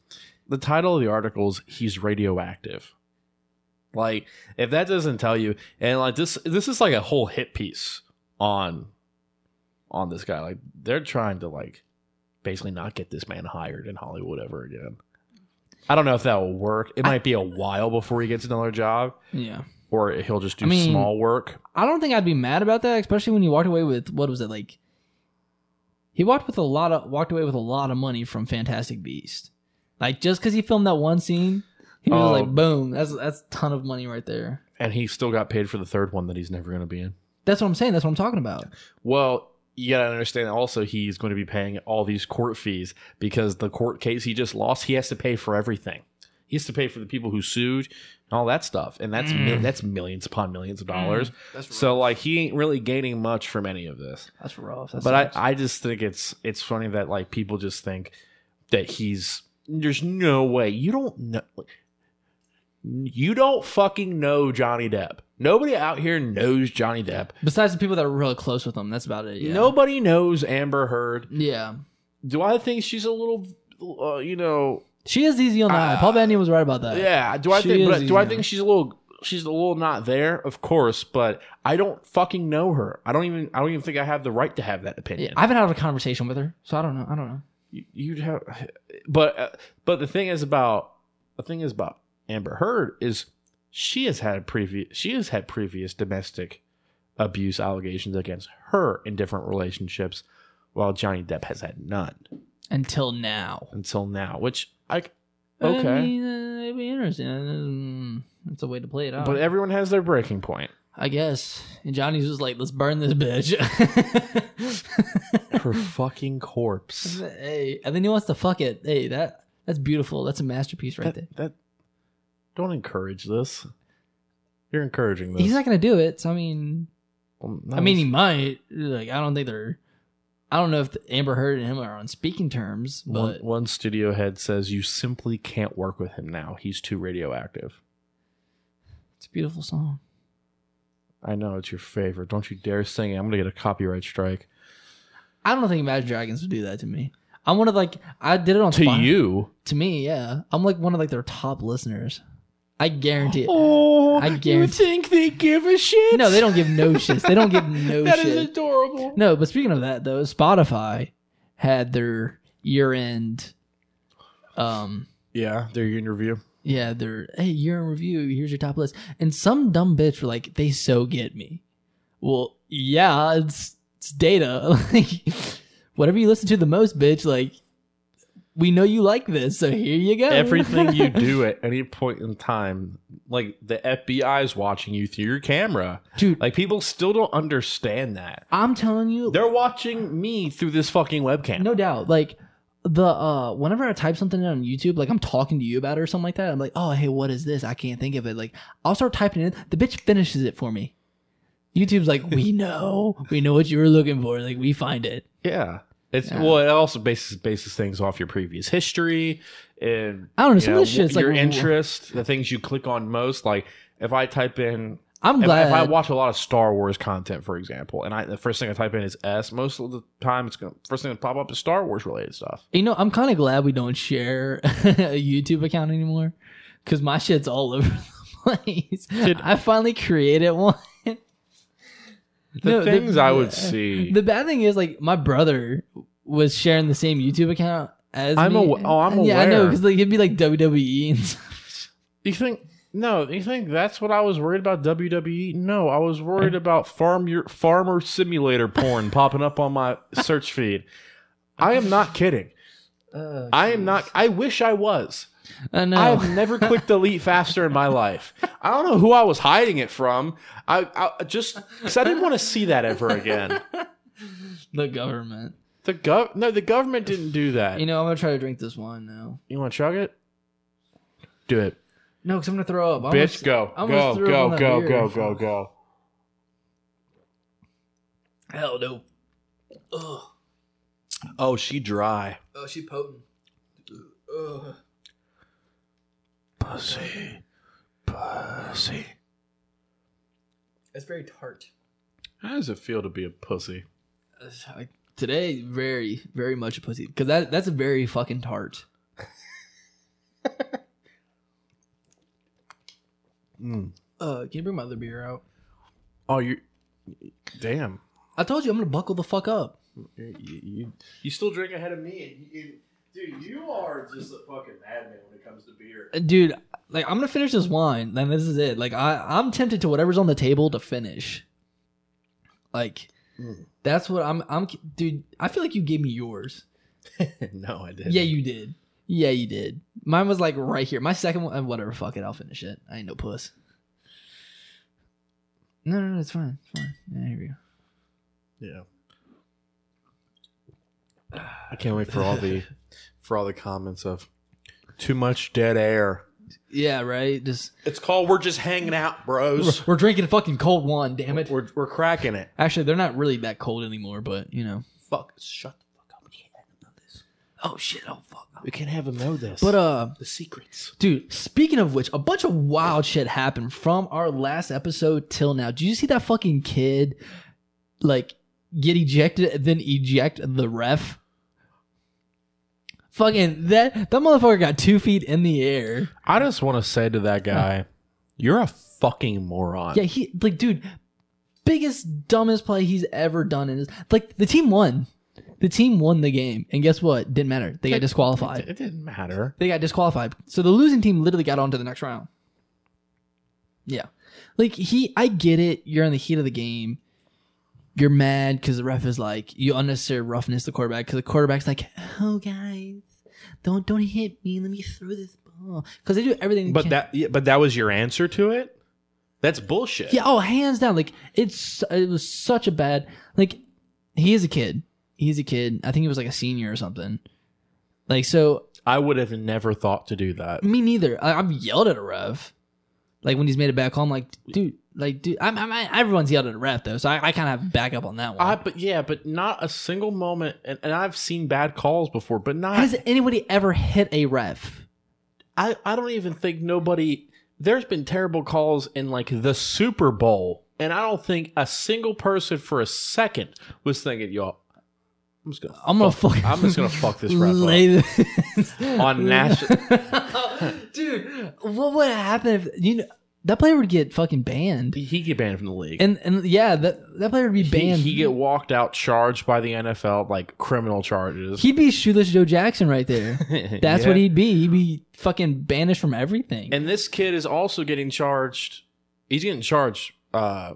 Speaker 1: the title of the article is "He's radioactive." Like, if that doesn't tell you, and like this, this is like a whole hit piece on, on this guy. Like, they're trying to like, basically not get this man hired in Hollywood ever again. I don't know if that will work. It
Speaker 2: I-
Speaker 1: might be a while before he gets another job.
Speaker 2: Yeah.
Speaker 1: or he'll just do
Speaker 2: I mean-
Speaker 1: small work.
Speaker 2: I don't think I'd be mad about that, especially when you walked away with what was it like? He walked with a lot of walked away with a lot of money from Fantastic Beast, like just because he filmed that one scene, he was
Speaker 1: Oh.
Speaker 2: like, boom, that's that's a ton of money right there.
Speaker 1: And he still got paid for the third one that he's never going to be in.
Speaker 2: That's what I'm saying. That's what I'm talking about.
Speaker 1: Well, you got to understand also he's going to be paying all these court fees because the court case he just lost, he has to pay for everything. He has to pay for the people who sued and all that stuff. And that's mil-
Speaker 2: Mm.
Speaker 1: that's millions upon millions of dollars.
Speaker 2: That's rough.
Speaker 1: So like he ain't really gaining much from any of this.
Speaker 2: that's rough. That
Speaker 1: but
Speaker 2: sucks.
Speaker 1: I, I just think it's it's funny that like people just think that he's there's no way you don't know you don't fucking know Johnny Depp. Nobody out here knows Johnny Depp.
Speaker 2: besides the people that are really close with him, that's about it. Yeah.
Speaker 1: Nobody knows Amber Heard.
Speaker 2: Yeah.
Speaker 1: Do I think she's a little uh, you know
Speaker 2: She is easy on the eye.
Speaker 1: Uh,
Speaker 2: Paul Bettany was right about that.
Speaker 1: yeah, do I
Speaker 2: she
Speaker 1: think
Speaker 2: is
Speaker 1: but do I
Speaker 2: easy.
Speaker 1: think she's a little she's a little not there? Of course, but I don't fucking know her. I don't even I don't even think I have the right to have that opinion.
Speaker 2: Yeah, I haven't had a conversation with her, so I don't know. I don't know.
Speaker 1: you- you'd have but uh, but the thing is about the thing is about amber heard is she has had previous she has had previous domestic abuse allegations against her in different relationships while johnny depp has had none
Speaker 2: Until now.
Speaker 1: until now which i
Speaker 2: I
Speaker 1: Okay.
Speaker 2: mean, uh, it'd be interesting. Um, That's a way to play it out.
Speaker 1: but everyone has their breaking point
Speaker 2: I guess. And Johnny's just like, let's burn this bitch.
Speaker 1: *laughs* her fucking corpse
Speaker 2: hey, and then he wants to fuck it. Hey, that that's beautiful. That's a masterpiece right there.
Speaker 1: that, that Don't encourage this. You're encouraging this.
Speaker 2: He's not gonna do it. So I mean,
Speaker 1: Well,
Speaker 2: I mean, he might. Like, I don't think they're. I don't know if Amber Heard and him are on speaking terms,
Speaker 1: one,
Speaker 2: but
Speaker 1: one studio head says you simply can't work with him now. He's too radioactive.
Speaker 2: it's a beautiful song.
Speaker 1: I know it's your favorite. Don't you dare sing it. I'm gonna get a copyright strike.
Speaker 2: I don't think Imagine Dragons would do that to me. I'm one of like I did it on
Speaker 1: To
Speaker 2: Spotify.
Speaker 1: you.
Speaker 2: To me, yeah. I'm like one of like their top listeners. I guarantee it.
Speaker 1: Oh,
Speaker 2: I guarantee-
Speaker 1: think they give a shit?
Speaker 2: No, they don't give no shits. They don't
Speaker 1: *laughs*
Speaker 2: give no
Speaker 1: That is
Speaker 2: shit.
Speaker 1: adorable.
Speaker 2: No, but speaking of that though, Spotify had their year end um
Speaker 1: Yeah, their interview.
Speaker 2: yeah, their hey, year in review, here's your top list. And some dumb bitch were like, they so get me. Well, yeah, it's it's data. *laughs* like whatever you listen to the most, bitch, like we know you like this, so here you go.
Speaker 1: Everything
Speaker 2: *laughs*
Speaker 1: you do at any point in time, like the FBI's watching you through your camera.
Speaker 2: Dude,
Speaker 1: Like people still don't understand that.
Speaker 2: I'm telling you,
Speaker 1: They're watching me through this fucking webcam.
Speaker 2: no doubt. Like the uh whenever I type something in on YouTube, like I'm talking to you about it or something like that, I'm like, oh hey, what is this? I can't think of it. Like I'll start typing it in. The bitch finishes it for me. YouTube's like,
Speaker 1: *laughs*
Speaker 2: we know, we know what you were looking for. Like we find it.
Speaker 1: Yeah. It's
Speaker 2: Yeah.
Speaker 1: well. It also bases bases things off your previous history and
Speaker 2: I don't know.
Speaker 1: you
Speaker 2: Some
Speaker 1: know,
Speaker 2: of this shit's like
Speaker 1: your interest, the things you click on most. Like if I type in,
Speaker 2: I'm
Speaker 1: if,
Speaker 2: glad.
Speaker 1: if I watch a lot of Star Wars content, for example, and I the first thing I type in is S, most of the time it's gonna first thing that pop up is Star Wars related stuff.
Speaker 2: you know, I'm kind of glad we don't share *laughs* a YouTube account anymore, because my shit's all over the *laughs* place.
Speaker 1: Dude.
Speaker 2: I finally created one.
Speaker 1: The
Speaker 2: No,
Speaker 1: things I would
Speaker 2: yeah.
Speaker 1: see.
Speaker 2: The bad thing is, like, my brother was sharing the same YouTube account as
Speaker 1: I'm
Speaker 2: me.
Speaker 1: aw- oh, I'm
Speaker 2: Yeah, I know,
Speaker 1: aware.
Speaker 2: because like it'd be like WWE and *laughs* stuff.
Speaker 1: you think no? You think that's what I was worried about WWE? No, I was worried about farm your farmer simulator
Speaker 2: *laughs*
Speaker 1: porn popping up on my search feed. I am not kidding.
Speaker 2: Oh,
Speaker 1: I am not. I wish I was.
Speaker 2: I know.
Speaker 1: I have never clicked delete faster in my life. I don't know who I was hiding it from. I, I just because I didn't want to see that ever again.
Speaker 2: *laughs* the government.
Speaker 1: The gov no, the government didn't do that.
Speaker 2: You
Speaker 1: You,
Speaker 2: know, I'm gonna try to drink this wine now.
Speaker 1: want to chug it? Do it,
Speaker 2: No, because I'm gonna throw up. I
Speaker 1: bitch.
Speaker 2: almost-
Speaker 1: Go,
Speaker 2: I almost
Speaker 1: go,
Speaker 2: threw up on
Speaker 1: go,
Speaker 2: that
Speaker 1: go,
Speaker 2: beer.
Speaker 1: go, go, go.
Speaker 2: Hell no. Ugh.
Speaker 1: Oh, she dry.
Speaker 2: Oh, she potent. Ugh.
Speaker 1: Pussy, pussy.
Speaker 2: It's very tart.
Speaker 1: How does it feel to be a pussy?
Speaker 2: It's like- Today, very, very much a pussy. Because that, that's very fucking *laughs* tart.
Speaker 1: Mm.
Speaker 2: Uh, can you bring my other beer out?
Speaker 1: Oh, you. Damn.
Speaker 2: I told you I'm gonna buckle the fuck up.
Speaker 1: You, you, you still drink ahead of me, and, and dude, you are just a fucking madman when it comes to beer.
Speaker 2: dude like i'm gonna finish this wine then this is it like i i'm tempted to whatever's on the table to finish like
Speaker 1: Mm.
Speaker 2: that's what i'm i'm dude i feel like you gave me yours
Speaker 1: *laughs* no, I didn't.
Speaker 2: yeah you did yeah you did mine was like right here my second one eh, whatever fuck it i'll finish it i ain't no puss no no no it's fine it's fine yeah, here we go
Speaker 1: Yeah. I can't wait for all *laughs* the for all the comments of too much dead air.
Speaker 2: yeah right just
Speaker 1: It's called we're just hanging out,
Speaker 2: we're,
Speaker 1: bros.
Speaker 2: we're drinking fucking cold wine *laughs* damn
Speaker 1: We're,
Speaker 2: it
Speaker 1: we're, cracking it.
Speaker 2: actually they're not really that cold anymore but you know
Speaker 1: Fuck, shut the fuck up. We can't have none of this.
Speaker 2: oh shit oh fuck
Speaker 1: We can't have him know this.
Speaker 2: but uh
Speaker 1: the secrets.
Speaker 2: Dude, speaking of which, a bunch of wild shit happened from our last episode till now. Did you see that fucking kid like get ejected and then eject the ref? Fucking that that motherfucker got two feet in the air.
Speaker 1: I just want to say to that guy, you're a fucking moron.
Speaker 2: Yeah, he like dude, biggest dumbest play he's ever done in his like the team won. The team won the game, and guess what? Didn't matter. They got disqualified.
Speaker 1: It didn't matter.
Speaker 2: They got disqualified. So the losing team literally got on to the next round. Yeah. Like he I get it. You're in the heat of the game. You're mad because the ref is like, you unnecessary roughness the quarterback because the quarterback's like, oh guys, don't don't hit me. Let me throw this ball. Because they do everything. they
Speaker 1: But
Speaker 2: can.
Speaker 1: that yeah, but that was your answer to it? That's bullshit.
Speaker 2: Yeah, oh, hands down. Like it's it was such a bad like he is a kid. He's a kid. I think he was like a senior or something. Like so
Speaker 1: I would have never thought to do that.
Speaker 2: Me neither. I, I've yelled at a ref, like when he's made a bad call. I'm like, dude, like, dude. I'm, I'm, I, everyone's yelled at a ref though, so I, I kind of have backup on that one.
Speaker 1: I but yeah, but not a single moment. And, and I've seen bad calls before, but not.
Speaker 2: Has anybody ever hit a ref?
Speaker 1: I I don't even think nobody. There's been terrible calls in like the Super Bowl, and I don't think a single person for a second was thinking, "Yo, I'm just gonna,
Speaker 2: I'm gonna fuck-
Speaker 1: I'm just gonna fuck this ref
Speaker 2: *laughs* Lay
Speaker 1: up *laughs*
Speaker 2: this
Speaker 1: on national."
Speaker 2: *laughs* dude. What would happen if you know that player would get fucking banned?
Speaker 1: he get banned from the league.
Speaker 2: And and yeah, that that player would be
Speaker 1: he,
Speaker 2: banned.
Speaker 1: he get walked out, charged by the NFL, like criminal *laughs* charges.
Speaker 2: would be shoeless Joe Jackson right there.
Speaker 1: *laughs*
Speaker 2: That's
Speaker 1: Yeah.
Speaker 2: what he'd be. He'd be fucking banished from everything.
Speaker 1: And this kid is also getting charged. He's getting charged uh,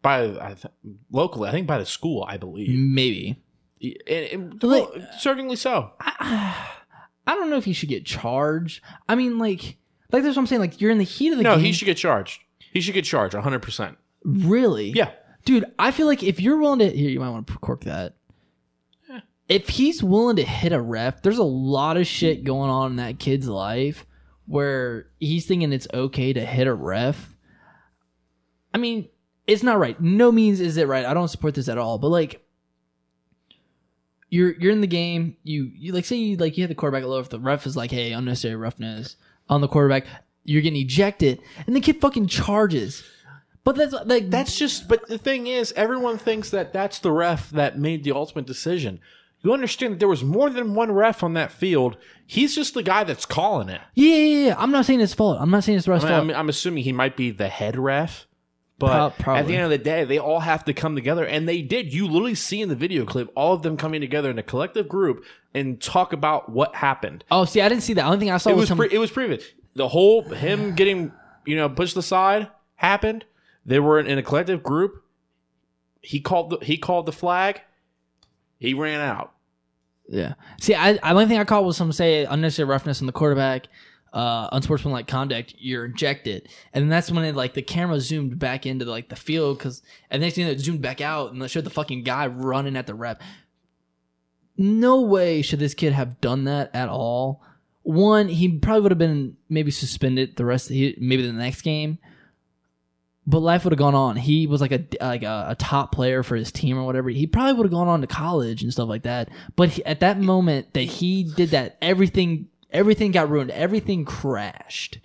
Speaker 1: by I th- locally, I think, by the school, I believe.
Speaker 2: Maybe.
Speaker 1: And, and-
Speaker 2: Mm. Like-
Speaker 1: well, certainly so.
Speaker 2: I, *sighs* I don't know if he should get charged. I mean, like, like that's what I'm saying. Like, you're in the heat of the
Speaker 1: No,
Speaker 2: game.
Speaker 1: he should get charged. He should get charged 100. percent
Speaker 2: really.
Speaker 1: Yeah,
Speaker 2: dude. I feel like if you're willing to here, you might want to cork that. If he's willing to hit a ref, there's a lot of shit going on in that kid's life where he's thinking it's okay to hit a ref. I mean, it's not right. No means is it right. I don't support this at all. But like, you're you're in the game. You you like say you like you hit the quarterback low. If the ref is like, hey, unnecessary roughness on the quarterback, you're getting ejected, and the kid fucking charges. But that's like
Speaker 1: that's just. But the thing is, everyone thinks that that's the ref that made the ultimate decision. You understand that there was more than one ref on that field. He's just the guy that's calling it.
Speaker 2: Yeah, yeah, yeah. I'm not saying it's fault. I'm not saying it's ref's
Speaker 1: I
Speaker 2: fault.
Speaker 1: mean, I'm, I'm assuming he might be the head ref. But
Speaker 2: Prob-
Speaker 1: at
Speaker 2: probably.
Speaker 1: the end of the day, they all have to come together, and they did. You literally see in the video clip all of them coming together in a collective group and talk about what happened.
Speaker 2: oh, see, I didn't see that. The only thing I saw
Speaker 1: It
Speaker 2: was,
Speaker 1: was
Speaker 2: some.
Speaker 1: pre- it was previous. The whole him getting you know pushed aside happened. They were in, in a collective group. He called the he called the flag. He ran out.
Speaker 2: yeah. See, I, I only thing I caught was some say unnecessary roughness on the quarterback, uh, unsportsmanlike conduct. You're ejected, and that's when it like the camera zoomed back into like the field because and next thing it zoomed back out and it showed the fucking guy running at the rep. No way should this kid have done that at all. One, he probably would have been maybe suspended the rest. Of he, maybe the next game. but life would have gone on. He was like a like a, a top player for his team or whatever. He probably would have gone on to college and stuff like that. But he, at that moment that he did that, everything everything got ruined. Everything crashed.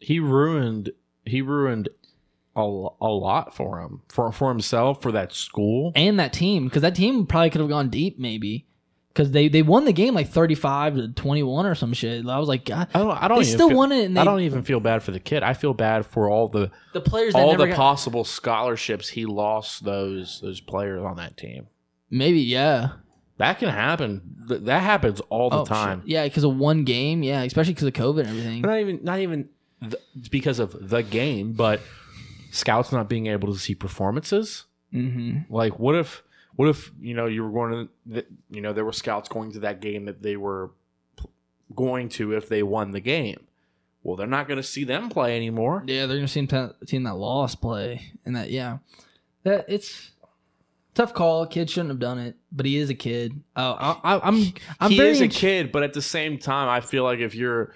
Speaker 1: He ruined he ruined a, lo- a lot for him for for himself for that school.
Speaker 2: and that team because that team probably could have gone deep maybe because they they won the game like 35 to 21 or some shit i was like god
Speaker 1: I don't. I don't.
Speaker 2: They
Speaker 1: even
Speaker 2: still
Speaker 1: feel,
Speaker 2: won it and they-
Speaker 1: I don't even feel bad for the kid. I feel bad for all the
Speaker 2: the players that
Speaker 1: all
Speaker 2: never
Speaker 1: the
Speaker 2: got,
Speaker 1: possible scholarships he lost. Those those players on that team.
Speaker 2: maybe yeah
Speaker 1: That can happen. Th- That happens all the
Speaker 2: Oh, shit.
Speaker 1: time.
Speaker 2: yeah because of one game yeah especially because of covid and everything
Speaker 1: Not even not even th- because of the game, but scouts not being able to see performances.
Speaker 2: mm-hmm.
Speaker 1: Like, what if what if you know you were going to th- you know there were scouts going to that game that they were p- going to if they won the game. Well, they're not going to see them play anymore.
Speaker 2: yeah they're gonna see him seeing that loss play and that yeah that it's tough call kid shouldn't have done it but he is a kid oh I, I, i'm i'm
Speaker 1: he
Speaker 2: very
Speaker 1: is a
Speaker 2: int-
Speaker 1: kid, but at the same time, I feel like if you're,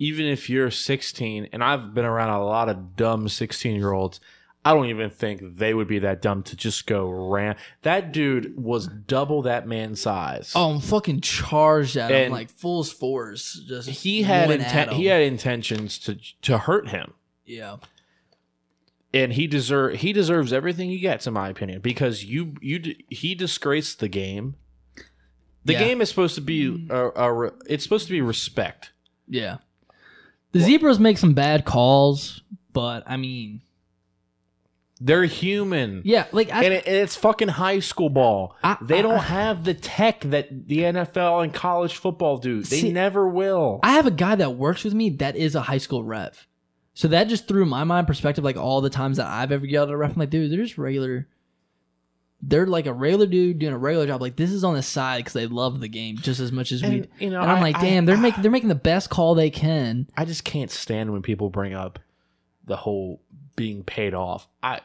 Speaker 1: even if you're 16, and I've been around a lot of dumb 16 year olds, I don't even think they would be that dumb to just go ram. That dude was double that man's size.
Speaker 2: Oh, I'm fucking charged at him
Speaker 1: And-
Speaker 2: like full's force. Just
Speaker 1: he had
Speaker 2: went at
Speaker 1: inten-
Speaker 2: him.
Speaker 1: he had intentions to to hurt him.
Speaker 2: yeah.
Speaker 1: and he deserve he deserves everything he gets in my opinion because you you d- he disgraced the game. The
Speaker 2: Yeah.
Speaker 1: game is supposed to be a, a re- it's supposed to be respect.
Speaker 2: Yeah. The zebras make some bad calls, but I mean,
Speaker 1: They're human.
Speaker 2: yeah, like I,
Speaker 1: and, it, and it's fucking high school ball.
Speaker 2: I-
Speaker 1: they don't
Speaker 2: I-
Speaker 1: have the tech that the NFL and college football do. They
Speaker 2: See-
Speaker 1: never will.
Speaker 2: I have a guy that works with me that is a high school ref, so that just threw my mind perspective. Like all the times that I've ever yelled at a ref, I'm like, dude, they're just regular. They're like a regular dude doing a regular job. Like this is on the side because they love the game just as much as we.
Speaker 1: And, you know,
Speaker 2: and I'm
Speaker 1: I-
Speaker 2: like,
Speaker 1: I-
Speaker 2: damn, they're making they're making the best call they can.
Speaker 1: I just can't stand when people bring up the whole being paid off. I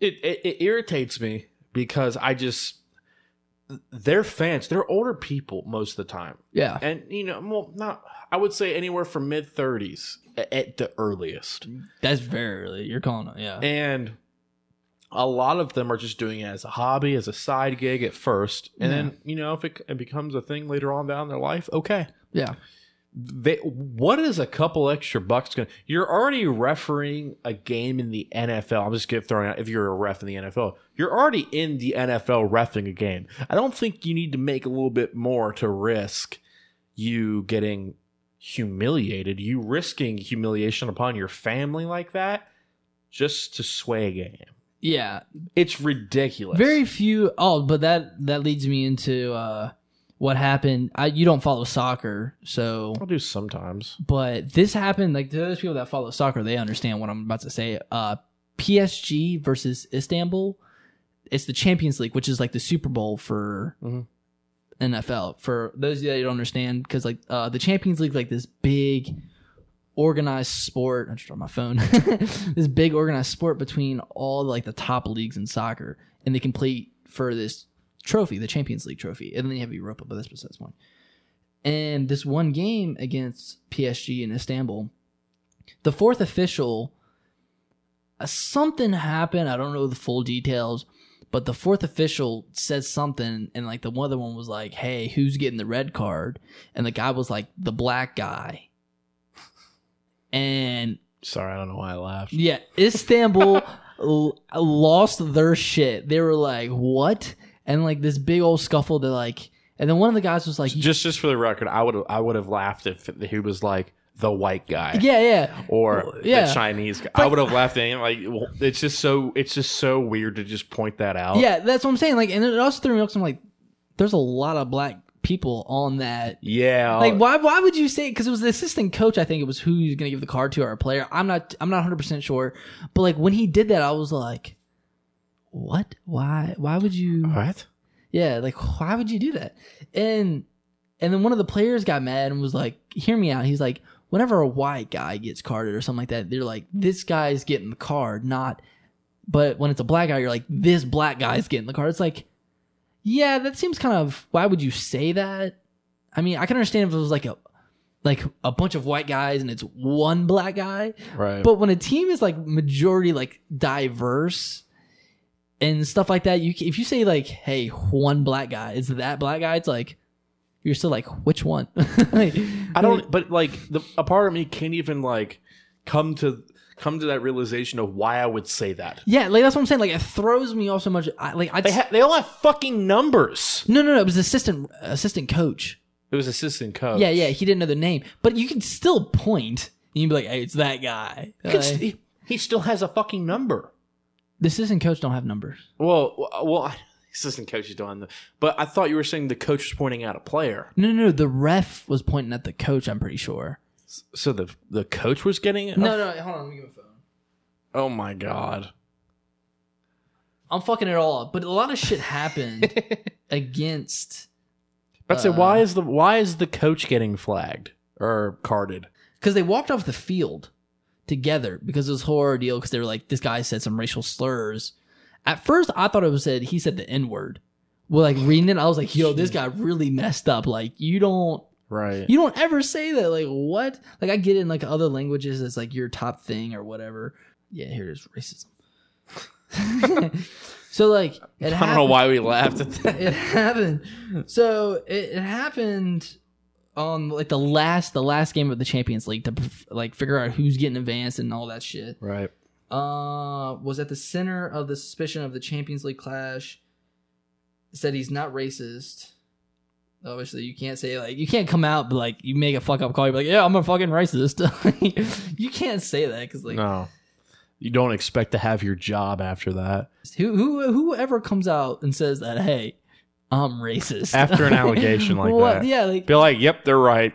Speaker 1: it it, it irritates me because I just their fans, they're older people most of the time.
Speaker 2: Yeah.
Speaker 1: And, you know, well, not, I would say anywhere from mid 30s a- at the earliest.
Speaker 2: That's very early. You're calling it. Yeah.
Speaker 1: And a lot of them are just doing it as a hobby, as a side gig at first. And then, you know, if it, it becomes a thing later on down their life, okay.
Speaker 2: yeah.
Speaker 1: They, what is a couple extra bucks going to? You're already refereeing a game in the NFL. I'm just get throwing out if you're a ref in the NFL. You're already in the NFL refing a game. I don't think you need to make a little bit more to risk you getting humiliated, you risking humiliation upon your family like that just to sway a game.
Speaker 2: Yeah.
Speaker 1: It's ridiculous.
Speaker 2: Very few. Oh, but that that leads me into uh, what happened. I you don't follow soccer, so
Speaker 1: I'll do sometimes.
Speaker 2: but this happened. Like to those people that follow soccer, they understand what I'm about to say. Uh, PSG versus Istanbul. It's the Champions League, which is like the Super Bowl for
Speaker 1: Mhm.
Speaker 2: NFL. For those of you that don't understand, because like uh, the Champions League, like this big organized sport. I just dropped my phone. *laughs* this big organized sport between all like the top leagues in soccer, and they compete for this trophy, the Champions League trophy, and then you have Europa, but that's besides one. And this one game against PSG in Istanbul, the fourth official, uh, something happened. I don't know the full details, but the fourth official said something, and like the other one was like, "Hey, who's getting the red card?" And the guy was like, "The black guy." And
Speaker 1: Sorry, I don't know why I laughed.
Speaker 2: yeah, Istanbul l- lost their shit. They were like, "What?" And like this big old scuffle. They're like, and then one of the guys was like,
Speaker 1: Just just for the record, I would I would have laughed if he was like the white guy.
Speaker 2: "Yeah, yeah."
Speaker 1: or
Speaker 2: Yeah.
Speaker 1: the Chinese guy. I would have laughed at him. Like well, it's just so it's just so weird to just point that out.
Speaker 2: Yeah, that's what I'm saying. Like, and it also threw me off. 'cause I'm like, there's a lot of black people on that.
Speaker 1: yeah.
Speaker 2: Like, why? Why would you say? Because it was the assistant coach. I think it was who you're gonna give the card to or a player. I'm not. I'm not 100 percent sure. But like when he did that, I was like, what? Why? Why would you?
Speaker 1: what?
Speaker 2: Yeah, like why would you do that? And and then one of the players got mad and was like, "Hear me out." He's like, "Whenever a white guy gets carded or something like that, they're like, this guy's getting the card, not." But when it's a black guy, you're like, "This black guy's getting the card." It's like, yeah, that seems kind of. Why would you say that? I mean, I can understand if it was like a like a bunch of white guys and it's one black guy,
Speaker 1: Right.
Speaker 2: but when a team is like majority like diverse and stuff like that, you c- if you say like, "Hey, one black guy," it's that black guy. It's like you're still like, which one? *laughs* Like,
Speaker 1: I don't. But like the, a part of me can't even like come to come to that realization of why I would say that.
Speaker 2: Yeah, like that's what I'm saying. Like it throws me off so much. I, like I
Speaker 1: They ha- they all have fucking numbers.
Speaker 2: no no no. It was assistant assistant coach.
Speaker 1: It was assistant coach.
Speaker 2: Yeah yeah. He didn't know the name, but you can still point. And you'd be like, "Hey, it's that guy."
Speaker 1: He,
Speaker 2: Like,
Speaker 1: he- he still has a fucking number.
Speaker 2: the assistant coach don't have numbers.
Speaker 1: Well, well, I, *laughs* assistant coach is doing the. But I thought you were saying the coach was pointing out a player.
Speaker 2: No no no. The ref was pointing at the coach. I'm pretty sure. Oh.
Speaker 1: So the the coach was getting. a-
Speaker 2: No no. Hold on. Let me give a phone.
Speaker 1: Oh my
Speaker 2: *laughs*
Speaker 1: god.
Speaker 2: I'm fucking it all up, but a lot of
Speaker 1: *laughs*
Speaker 2: shit happened against
Speaker 1: But say,
Speaker 2: Uh,
Speaker 1: why is the why is the coach getting flagged or carded?
Speaker 2: because they walked off the field together because it was a whole ordeal because they were like, this guy said some racial slurs. At first, I thought it was said he said the N word. Well, like reading it, I was like, yo, this guy really messed up. Like, you don't
Speaker 1: Right.
Speaker 2: you don't ever say that. Like, what? Like, I get it in like other languages, it's like your top thing or whatever. Yeah, here it is
Speaker 1: *laughs*
Speaker 2: racism. *laughs* so like, it
Speaker 1: I don't know
Speaker 2: happened.
Speaker 1: why we laughed at
Speaker 2: *laughs*
Speaker 1: that.
Speaker 2: it happened. So it, it happened on like the last the last game of the Champions League to perf- like figure out who's getting advanced and all that shit.
Speaker 1: Right.
Speaker 2: Uh, was at the center of the suspicion of the Champions League clash. Said he's not racist. Obviously, you can't say like you can't come out but like you make a fuck up call. You're like, yeah, I'm a fucking racist. *laughs* you can't say that because like
Speaker 1: no. You don't expect to have your job after that.
Speaker 2: who who whoever comes out and says that hey, I'm racist
Speaker 1: After
Speaker 2: *laughs*
Speaker 1: an allegation like
Speaker 2: What-
Speaker 1: that.
Speaker 2: Yeah, like
Speaker 1: Be like, yep, they're
Speaker 2: *laughs*
Speaker 1: right.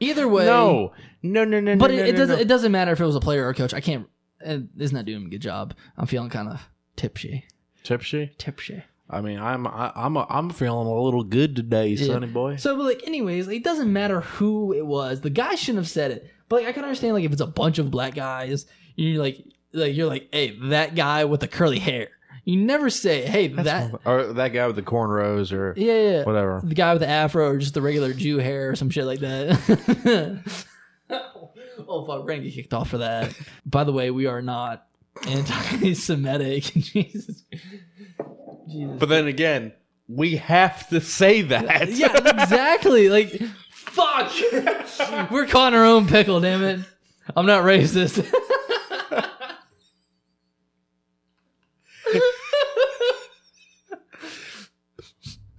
Speaker 2: either way.
Speaker 1: no. No, no, no,
Speaker 2: but
Speaker 1: no,
Speaker 2: it,
Speaker 1: no,
Speaker 2: it
Speaker 1: no,
Speaker 2: doesn't.
Speaker 1: no.
Speaker 2: It doesn't matter if it was a player or a coach. I can't. It, it's not doing a good job. I'm feeling kind of tipsy.
Speaker 1: Tipsy.
Speaker 2: Tipsy.
Speaker 1: I mean, I'm I, I'm a, I'm feeling a little good today,
Speaker 2: Yeah.
Speaker 1: sonny boy.
Speaker 2: So, but like, anyways, like, it doesn't matter who it was. The guy shouldn't have said it. But like, I can understand like if it's a bunch of black guys, you're like, like you're like, hey, that guy with the curly hair. You never say, "Hey, that."
Speaker 1: That's- or that guy with the cornrows or
Speaker 2: Yeah, yeah, yeah.
Speaker 1: whatever.
Speaker 2: the guy with the afro or just the regular Jew hair or some shit like that. *laughs* oh fuck, we're gonna get kicked off for that. By the way, we are not anti-Semitic. *laughs* Jesus, Jesus.
Speaker 1: But then again, we have to say that.
Speaker 2: yeah,
Speaker 1: *laughs*
Speaker 2: exactly. Like, fuck, we're caught in our own pickle. Damn it, I'm not racist. *laughs*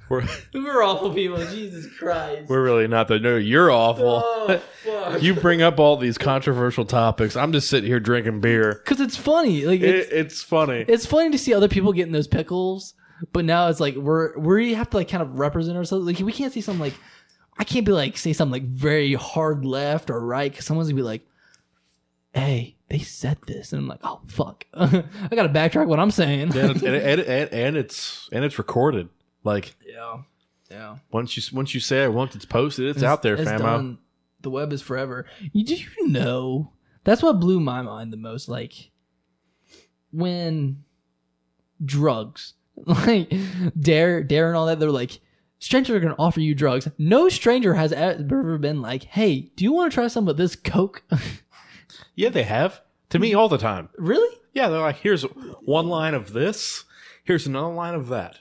Speaker 1: we're,
Speaker 2: we're awful people. Jesus Christ.
Speaker 1: we're really not the no. You're awful.
Speaker 2: oh
Speaker 1: *laughs*
Speaker 2: fuck.
Speaker 1: You bring up all these controversial topics. I'm just sitting here drinking beer.
Speaker 2: Because it's funny. Like, it's,
Speaker 1: It, it's funny.
Speaker 2: it's funny to see other people getting those pickles, but now it's like we're we have to like kind of represent ourselves. Like we can't see something like I can't be like say something like very hard left or right because someone's gonna be like, "Hey, they said this," and I'm like, "Oh fuck, *laughs* I gotta backtrack what I'm saying."
Speaker 1: and, it's, and, and, and, and it's and it's recorded. Like
Speaker 2: yeah, *laughs* yeah.
Speaker 1: once you once you say it, once it's posted, it's, out there,
Speaker 2: It's
Speaker 1: famo.
Speaker 2: done. The web is forever. You do you know? That's what blew my mind the most. Like when drugs, *laughs* like Dare, Dare, and all that. They're like strangers are gonna offer you drugs. No stranger has ever been like, "Hey, do you want to try some of this coke?" *laughs*
Speaker 1: Yeah, they have to me all the time.
Speaker 2: really?
Speaker 1: Yeah, they're like, here's one line of this, here's another line of that.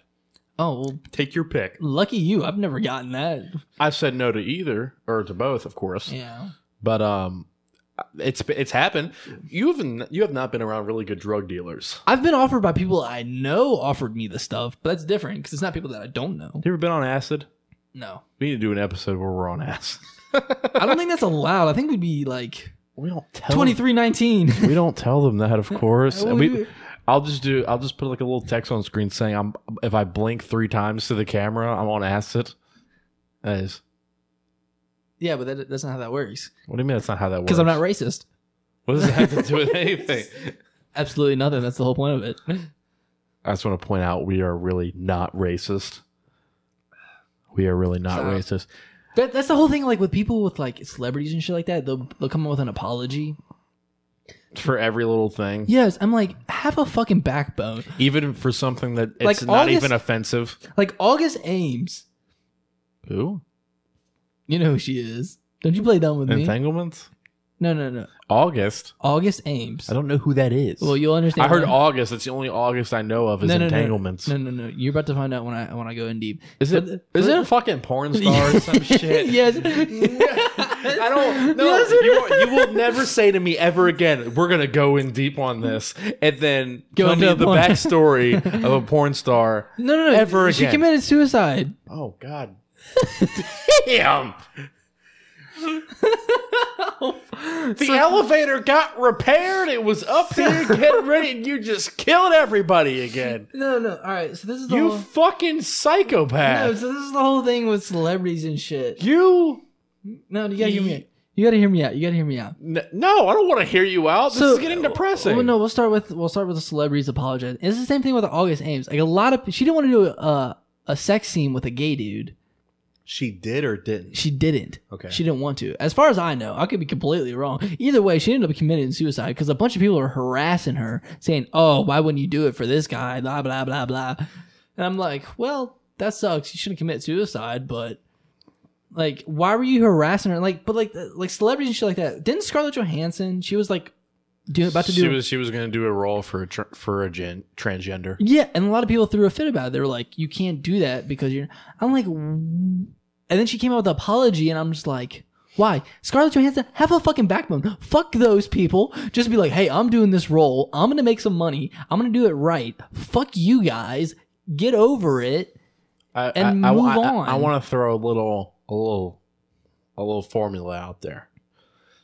Speaker 2: Oh well,
Speaker 1: Take your pick.
Speaker 2: lucky you. I've never gotten that.
Speaker 1: I've said no to either or to both, of course.
Speaker 2: Yeah.
Speaker 1: But um, it's it's happened. You have you have not been around really good drug dealers.
Speaker 2: I've been offered by people I know offered me the stuff, but that's different because it's not people that I don't know.
Speaker 1: You ever been on acid?
Speaker 2: No,
Speaker 1: We need to do an episode where we're on acid.
Speaker 2: I don't think that's allowed. I think we'd be like
Speaker 1: *laughs* We don't tell
Speaker 2: twenty three *laughs* nineteen.
Speaker 1: Them, we don't tell them *laughs* that, of course.
Speaker 2: Well,
Speaker 1: And we-
Speaker 2: we-
Speaker 1: I'll just do. I'll just put like a little text on screen saying, "I'm if I blink three times to the camera, I'm on acid." That is.
Speaker 2: Yeah, but that, that's not how that works.
Speaker 1: What do you mean? That's not how that works.
Speaker 2: Because I'm not racist.
Speaker 1: What does that have to do *laughs* with anything?
Speaker 2: Absolutely nothing. That's the whole point of it.
Speaker 1: I just want to point out we are really not racist. We are really not
Speaker 2: So-
Speaker 1: racist.
Speaker 2: *laughs* That, that's the whole thing. Like with people with like celebrities and shit like that, they'll they'll come up with an apology.
Speaker 1: for every little thing,
Speaker 2: Yes, I'm like have a fucking backbone.
Speaker 1: even for something that it's
Speaker 2: Like,
Speaker 1: not
Speaker 2: August-
Speaker 1: even offensive.
Speaker 2: Like August Ames,
Speaker 1: Who
Speaker 2: you know who she is. Don't you play dumb with me?
Speaker 1: entanglements?
Speaker 2: no, no, no.
Speaker 1: August.
Speaker 2: August Ames.
Speaker 1: I don't know who that is.
Speaker 2: Well, you'll understand.
Speaker 1: I heard
Speaker 2: when-
Speaker 1: August. That's the only August I know of is
Speaker 2: No, no, no.
Speaker 1: entanglements.
Speaker 2: No, no, no. You're about to find out when I when I go in deep.
Speaker 1: Is it? Is
Speaker 2: But-
Speaker 1: it a fucking
Speaker 2: *laughs*
Speaker 1: porn star or some shit?
Speaker 2: yes.
Speaker 1: *laughs* I
Speaker 2: *laughs*
Speaker 1: don't know.
Speaker 2: Yes, it
Speaker 1: you, will- you will never say to me ever again, we're going to go in deep on this and then
Speaker 2: Go
Speaker 1: tell me
Speaker 2: into a
Speaker 1: the
Speaker 2: porn-
Speaker 1: backstory of a porn star.
Speaker 2: No, no, no.
Speaker 1: Ever
Speaker 2: she
Speaker 1: again.
Speaker 2: committed suicide.
Speaker 1: Oh,
Speaker 2: *laughs*
Speaker 1: God. Damn. The elevator got repaired. It was up there getting ready, and you just killed everybody again.
Speaker 2: No, no. All right. So this is the
Speaker 1: You
Speaker 2: whole,
Speaker 1: fucking psychopath.
Speaker 2: no. So this is the whole thing with celebrities and shit.
Speaker 1: you.
Speaker 2: No, you gotta hear me. out. You gotta hear me out. You gotta hear me out.
Speaker 1: N- No, I don't want to hear you out. This
Speaker 2: So-
Speaker 1: is getting depressing.
Speaker 2: Well, no, we'll start with we'll start with the celebrities apologizing. It's the same thing with August Ames. Like a lot of she didn't want to do a a sex scene with a gay dude.
Speaker 1: She did or didn't?
Speaker 2: She didn't.
Speaker 1: Okay.
Speaker 2: She didn't want to. As far as I know, I could be completely wrong. Either way, she ended up committing suicide because a bunch of people are harassing her, saying, "Oh, why wouldn't you do it for this guy?" Blah blah blah blah. And I'm like, well, that sucks. You shouldn't commit suicide, but like, why were you harassing her? Like, but like, like celebrities and shit like that. Didn't Scarlett Johansson? She was like, do about to do.
Speaker 1: she was she was going to do a role for a tr- for a gen- transgender.
Speaker 2: Yeah, and a lot of people threw a fit about it. They were like, "You can't do that because you're." I'm like, "W-" and then she came out with an apology, and I'm just like, "Why, Scarlett Johansson? Have a fucking backbone. Fuck those people. Just be like, hey, I'm doing this role. I'm gonna make some money. I'm gonna do it right. Fuck you guys. Get over it."
Speaker 1: I,
Speaker 2: And
Speaker 1: I, I-
Speaker 2: move
Speaker 1: I,
Speaker 2: on.
Speaker 1: I, want to throw a little a little a little formula out there.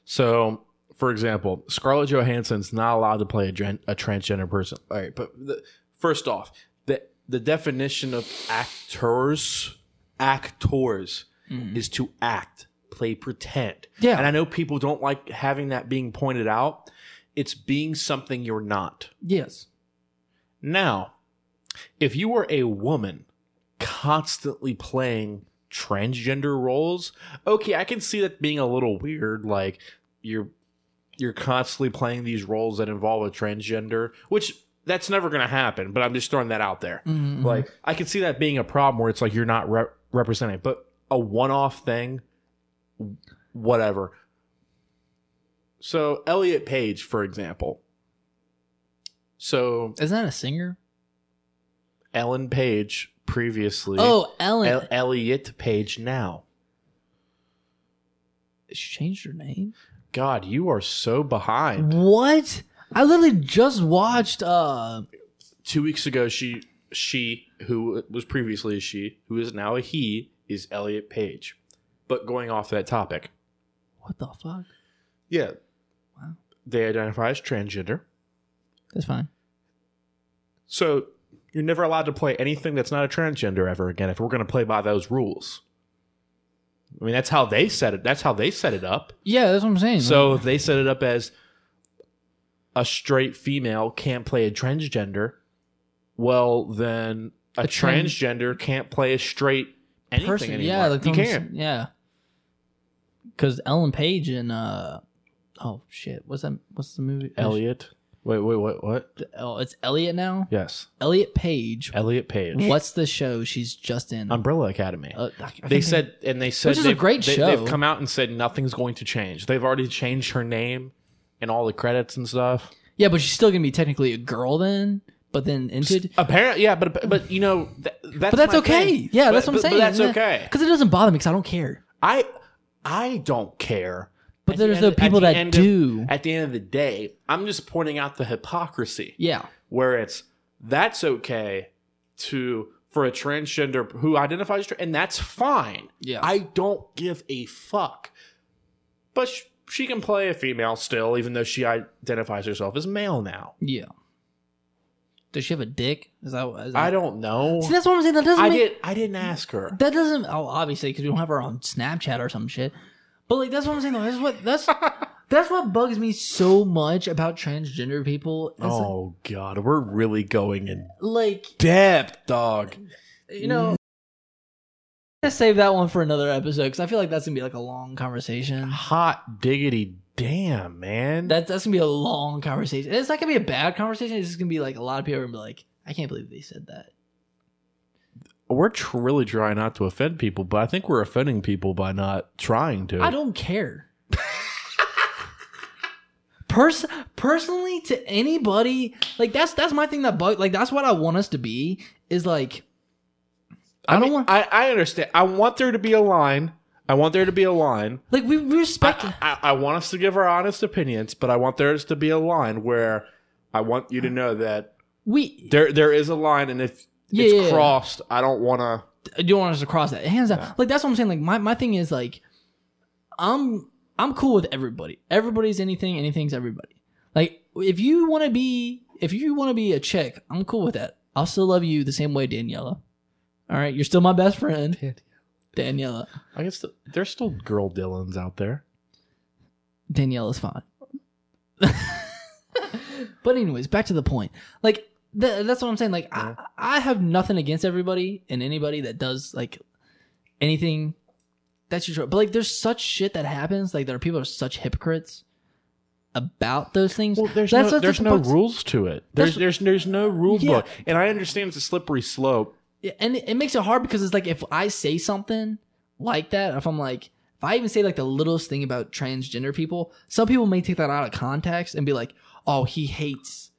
Speaker 1: So, for example, Scarlett Johansson's not allowed to play a, gen- a transgender person. All right, but the, first off, the the definition of actors actors is to act, play pretend.
Speaker 2: Mm. Yeah.
Speaker 1: And I know people don't like having that being pointed out. It's being something you're not.
Speaker 2: Yes.
Speaker 1: Now, if you were a woman constantly playing transgender roles, okay, I can see that being a little weird. Like you're you're constantly playing these roles that involve a transgender, which that's never going to happen, but I'm just throwing that out there.
Speaker 2: Mhm, mhm.
Speaker 1: Like I can see that being a problem where it's like you're not re- representing, but a one-off thing, whatever. So Elliot Page, for example. So
Speaker 2: Is that a singer?
Speaker 1: Ellen Page previously,
Speaker 2: Oh, Ellen.
Speaker 1: El- Elliot Page now.
Speaker 2: she changed her name.
Speaker 1: God, you are so behind.
Speaker 2: What? I literally just watched. Uh,
Speaker 1: Two weeks ago, she she who was previously a she who is now a he is Elliot Page. But going off that topic,
Speaker 2: what the fuck?
Speaker 1: yeah,
Speaker 2: Wow.
Speaker 1: they identify as transgender.
Speaker 2: That's fine.
Speaker 1: So you're never allowed to play anything that's not a transgender ever again if we're going to play by those rules. I mean, that's how they set it. That's how they set it up.
Speaker 2: Yeah, that's what I'm saying.
Speaker 1: So if they set it up as a straight female can't play a transgender, well then a,
Speaker 2: A tran-
Speaker 1: transgender can't play a straight anything
Speaker 2: person,
Speaker 1: anymore.
Speaker 2: yeah, like
Speaker 1: you
Speaker 2: the ones-
Speaker 1: can.
Speaker 2: yeah. Because Ellen Page and uh, oh shit, what's that? What's the movie?
Speaker 1: Elliot. Wait, wait, what? What?
Speaker 2: Oh, it's Elliot now.
Speaker 1: Yes,
Speaker 2: Elliot Page.
Speaker 1: Elliot Page.
Speaker 2: What's the show she's just in?
Speaker 1: Umbrella Academy.
Speaker 2: Uh, I- I can't
Speaker 1: Um, they
Speaker 2: think-
Speaker 1: said, and they said,
Speaker 2: Which is a
Speaker 1: they've-
Speaker 2: great
Speaker 1: they,
Speaker 2: show.
Speaker 1: They've come out and said nothing's going to change. They've already changed her name and all the credits and stuff.
Speaker 2: yeah, but she's still gonna be technically a girl then. But then into
Speaker 1: Apparently, yeah, but but you know, th- that's
Speaker 2: but that's
Speaker 1: my
Speaker 2: okay.
Speaker 1: thing.
Speaker 2: Yeah,
Speaker 1: But-
Speaker 2: that's what I'm
Speaker 1: but-
Speaker 2: saying.
Speaker 1: But that's okay.
Speaker 2: because it doesn't bother me because I don't care.
Speaker 1: I I don't care.
Speaker 2: But
Speaker 1: At the
Speaker 2: there's
Speaker 1: end-
Speaker 2: the
Speaker 1: at
Speaker 2: people
Speaker 1: the
Speaker 2: that
Speaker 1: end of-
Speaker 2: do.
Speaker 1: At the end of the day, I'm just pointing out the hypocrisy
Speaker 2: yeah,
Speaker 1: where it's that's okay to for a transgender who identifies tra- and that's fine.
Speaker 2: yeah.
Speaker 1: I don't give a fuck. But sh- she can play a female still even though she identifies herself as male now.
Speaker 2: Yeah. Does she have a dick? Is that? Is that
Speaker 1: I don't know.
Speaker 2: See, that's what I'm saying. That doesn't.
Speaker 1: I
Speaker 2: make,
Speaker 1: did I didn't ask her.
Speaker 2: That doesn't. Oh, obviously, because we don't have her on Snapchat or some shit. But like, that's what I'm saying. Though. That's what. That's. that's what bugs me so much about transgender people. It's
Speaker 1: Oh god, we're really going in
Speaker 2: Like
Speaker 1: depth, dog.
Speaker 2: you know. I'm gonna save that one for another episode because I feel like that's gonna be like a long conversation.
Speaker 1: Hot diggity damn, man.
Speaker 2: That that's gonna be a long conversation. It's not gonna be a bad conversation. It's just gonna be like a lot of people are gonna be like, I can't believe they said that.
Speaker 1: we're tr- really trying not to offend people, but I think we're offending people by not trying to.
Speaker 2: I don't care. Pers- personally, to anybody, like that's that's my thing that bug. Like that's what I want us to be is like. I, don't
Speaker 1: mean,
Speaker 2: want
Speaker 1: I, I understand. I want there to be a line. I want there to be a line.
Speaker 2: like we we respect.
Speaker 1: I, I, I want us to give our honest opinions, but I want there to be a line where I want you to know that
Speaker 2: we
Speaker 1: there there is a line, and if
Speaker 2: Yeah,
Speaker 1: it's
Speaker 2: yeah, yeah.
Speaker 1: crossed, I don't want to.
Speaker 2: you don't want us to cross that hands down. Like that's what I'm saying. Like my my thing is like, I'm I'm cool with everybody. Everybody's anything. Anything's everybody. Like if you want to be if you want to be a chick, I'm cool with that. I'll still love you the same way, Daniela. All right, you're still my best friend, Daniela.
Speaker 1: I guess th- there's still girl Dylans out there.
Speaker 2: Danielle is fine. *laughs* but anyways, back to the point. Like th- that's what I'm saying. Like
Speaker 1: Yeah.
Speaker 2: I, I have nothing against everybody and anybody that does like anything. That's your choice. But like, there's such shit that happens. Like there are people who are such hypocrites about those things.
Speaker 1: Well, there's
Speaker 2: That's
Speaker 1: no
Speaker 2: what
Speaker 1: there's
Speaker 2: the
Speaker 1: no
Speaker 2: book's-
Speaker 1: rules to it. There's there's there's no rule
Speaker 2: Yeah.
Speaker 1: book, and I understand it's a slippery slope.
Speaker 2: Yeah, and it, it makes it hard because it's like if I say something like that, if I'm like, if I even say like the littlest thing about transgender people, some people may take that out of context and be like, "Oh, he hates."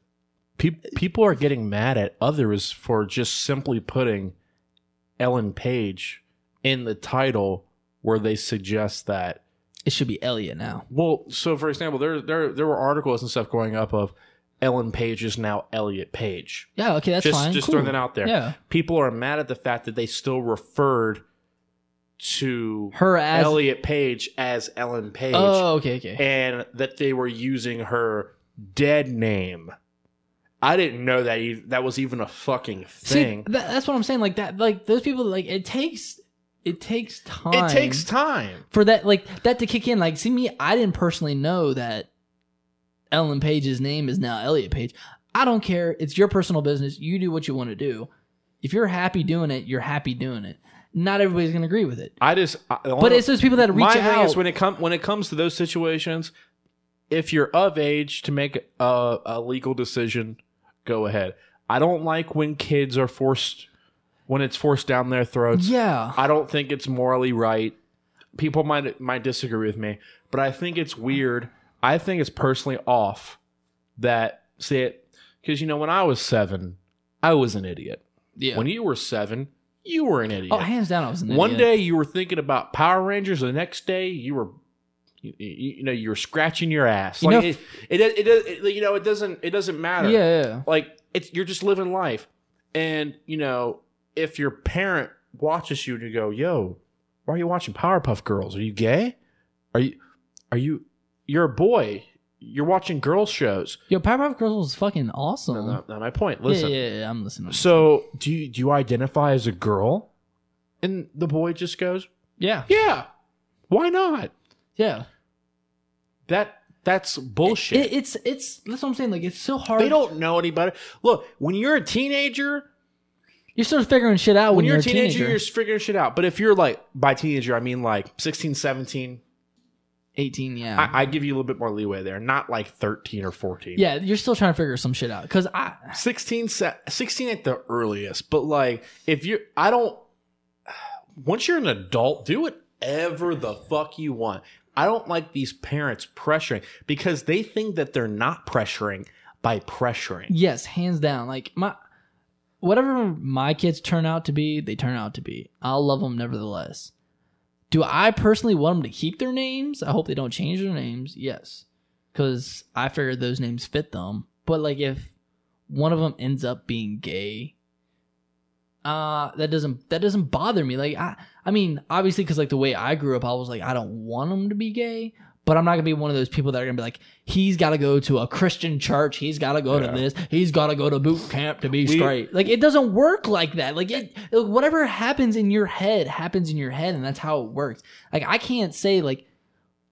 Speaker 1: Pe- people are getting mad at others for just simply putting Ellen Page in the title where they suggest that.
Speaker 2: It should be Elliot now.
Speaker 1: Well, so for example, there there there were articles and stuff going up of Ellen Page is now Elliot Page.
Speaker 2: Yeah, okay, that's
Speaker 1: just
Speaker 2: fine.
Speaker 1: just
Speaker 2: cool.
Speaker 1: throwing that out there.
Speaker 2: Yeah,
Speaker 1: People are mad at the fact that they still referred to
Speaker 2: her as.
Speaker 1: Elliot Page as Ellen Page
Speaker 2: Oh, okay, okay.
Speaker 1: E and that they were using her dead name. I didn't know that e- that was even a fucking
Speaker 2: See,
Speaker 1: thing.
Speaker 2: tha- that's what I'm saying. Like that, like those people, like it takes, it takes time.
Speaker 1: It takes time.
Speaker 2: for that, like that to kick in. Like, see me, I didn't personally know that Ellen Page's name is now Elliot Page. I don't care. It's your personal business. You do what you want to do. If you're happy doing it, you're happy doing it. Not everybody's gonna agree with it,
Speaker 1: I just, I, the
Speaker 2: but
Speaker 1: only-
Speaker 2: it's those people that reach
Speaker 1: my thing
Speaker 2: out.
Speaker 1: is when it comes when it comes to those situations. If you're of age to make a, a legal decision, go ahead. I don't like when kids are forced when it's forced down their throats.
Speaker 2: yeah.
Speaker 1: I don't think it's morally right. People might might disagree with me, but I think it's weird. I think it's personally off that see it because you know when I was seven, I was an idiot.
Speaker 2: yeah.
Speaker 1: When you were seven, you were an idiot.
Speaker 2: oh, hands down, I was an
Speaker 1: One
Speaker 2: idiot.
Speaker 1: day you were thinking about Power Rangers, the next day you were. You, you you know you were scratching your ass.
Speaker 2: You
Speaker 1: Like
Speaker 2: know-
Speaker 1: it, it, it, it, you know it doesn't it doesn't matter
Speaker 2: Yeah, yeah.
Speaker 1: like it's you're just living life and you know if your parent watches you and you go yo why are you watching powerpuff girls are you gay are you are you you're a boy you're watching girl shows
Speaker 2: Yo, Powerpuff Girls was fucking awesome.
Speaker 1: no, no, not my point listen
Speaker 2: Uh-huh. Yeah, yeah, yeah, I'm listening.
Speaker 1: so do you do you identify as a girl and the boy just goes
Speaker 2: Yeah,
Speaker 1: yeah why not
Speaker 2: yeah.
Speaker 1: that that's bullshit
Speaker 2: It, it's it's that's what I'm saying. Like it's so hard.
Speaker 1: they don't know any better look when you're a teenager
Speaker 2: You're still figuring shit out when,
Speaker 1: Oh, when you're a
Speaker 2: teenager.
Speaker 1: teenager, you're just figuring shit out. But if you're like by teenager, I mean like 16, 17,
Speaker 2: 18, yeah.
Speaker 1: I, I give you a little bit more leeway there, not like 13 or 14.
Speaker 2: Uh-huh. yeah, you're still trying to figure some shit out. Cause I
Speaker 1: 16, se- 16 at the earliest. But like if you're, I don't, *sighs* once you're an adult, do whatever the fuck you want. I don't like these parents pressuring because they think that they're not pressuring by pressuring.
Speaker 2: yes, hands down. Like my whatever my kids turn out to be, they turn out to be. I'll love them nevertheless. Do I personally want them to keep their names? I hope they don't change their names. Yes, because I figured those names fit them. But like if one of them ends up being gay, uh, that doesn't that doesn't bother me. Like I, I mean, obviously, because like the way I grew up, I was like, I don't want them to be gay. But I'm not gonna be one of those people that are gonna be like, he's got to go to a Christian church, he's got to go
Speaker 1: Yeah.
Speaker 2: to this, he's got to go to boot camp to be
Speaker 1: We-
Speaker 2: straight. Like it doesn't work like that. Like it, like, whatever happens in your head happens in your head, and that's how it works. Like I can't say like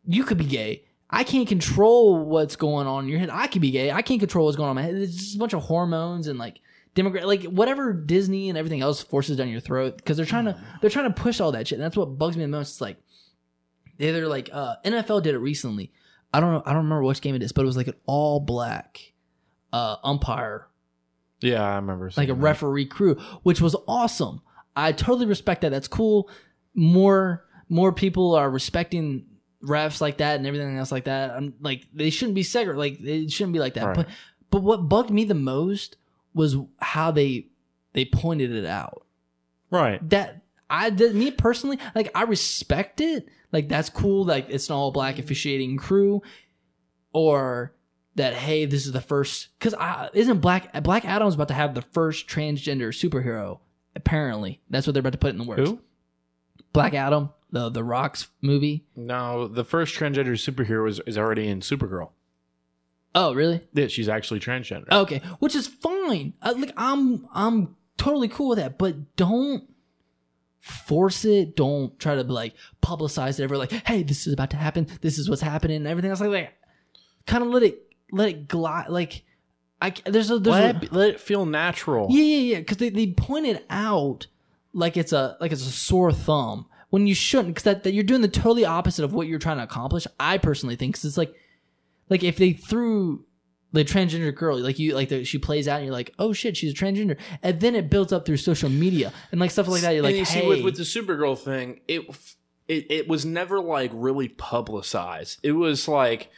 Speaker 2: you could be gay. I can't control what's going on in your head. I could be gay. I can't control what's going on in my head. It's just a bunch of hormones and like demogra- like whatever Disney and everything else forces down your throat because they're trying to they're trying to push all that shit. And that's what bugs me the most. It's like they- they're like uh, NFL did it recently. I don't know. I don't remember which game it is, but it was like an all black uh, umpire
Speaker 1: Yeah, I remember.
Speaker 2: like a referee crew, which was awesome. I totally respect that. That's cool. More more people are respecting refs like that and everything else like that. I'm like they shouldn't be segregated. Like it shouldn't be like that.
Speaker 1: Right.
Speaker 2: But but what bugged me the most was how they they pointed it out
Speaker 1: Right.
Speaker 2: that I did me personally like I respect it. Like that's cool. Like it's an all black officiating crew, or that hey, this is the first because isn't black Black Adam's about to have the first transgender superhero. Apparently, that's what they're about to put in the works.
Speaker 1: Who?
Speaker 2: Black Adam, the the Rocks movie.
Speaker 1: No, the first transgender superhero is, is already in Supergirl.
Speaker 2: Oh, really?
Speaker 1: Yeah, she's actually transgender.
Speaker 2: Okay, which is fine. Uh, like I'm I'm totally cool with that, but don't force it. Don't try to like publicize it ever like, "Hey, this is about to happen. This is what's happening." And everything else like that. Kind of let it let it glide like I c- there's a there's
Speaker 1: let,
Speaker 2: a,
Speaker 1: it, be- let it feel natural.
Speaker 2: yeah, yeah, yeah. Because they, they pointed out like it's a like it's a sore thumb when you shouldn't. Because that, that you're doing the totally opposite of what you're trying to accomplish. I personally think because it's like like if they threw the transgender girl like you like the, she plays out and you're like oh shit she's a transgender and then it builds up through social media and like stuff like that. You're like
Speaker 1: and you
Speaker 2: hey
Speaker 1: see with, with the Supergirl thing, it, it it was never like really publicized. It was like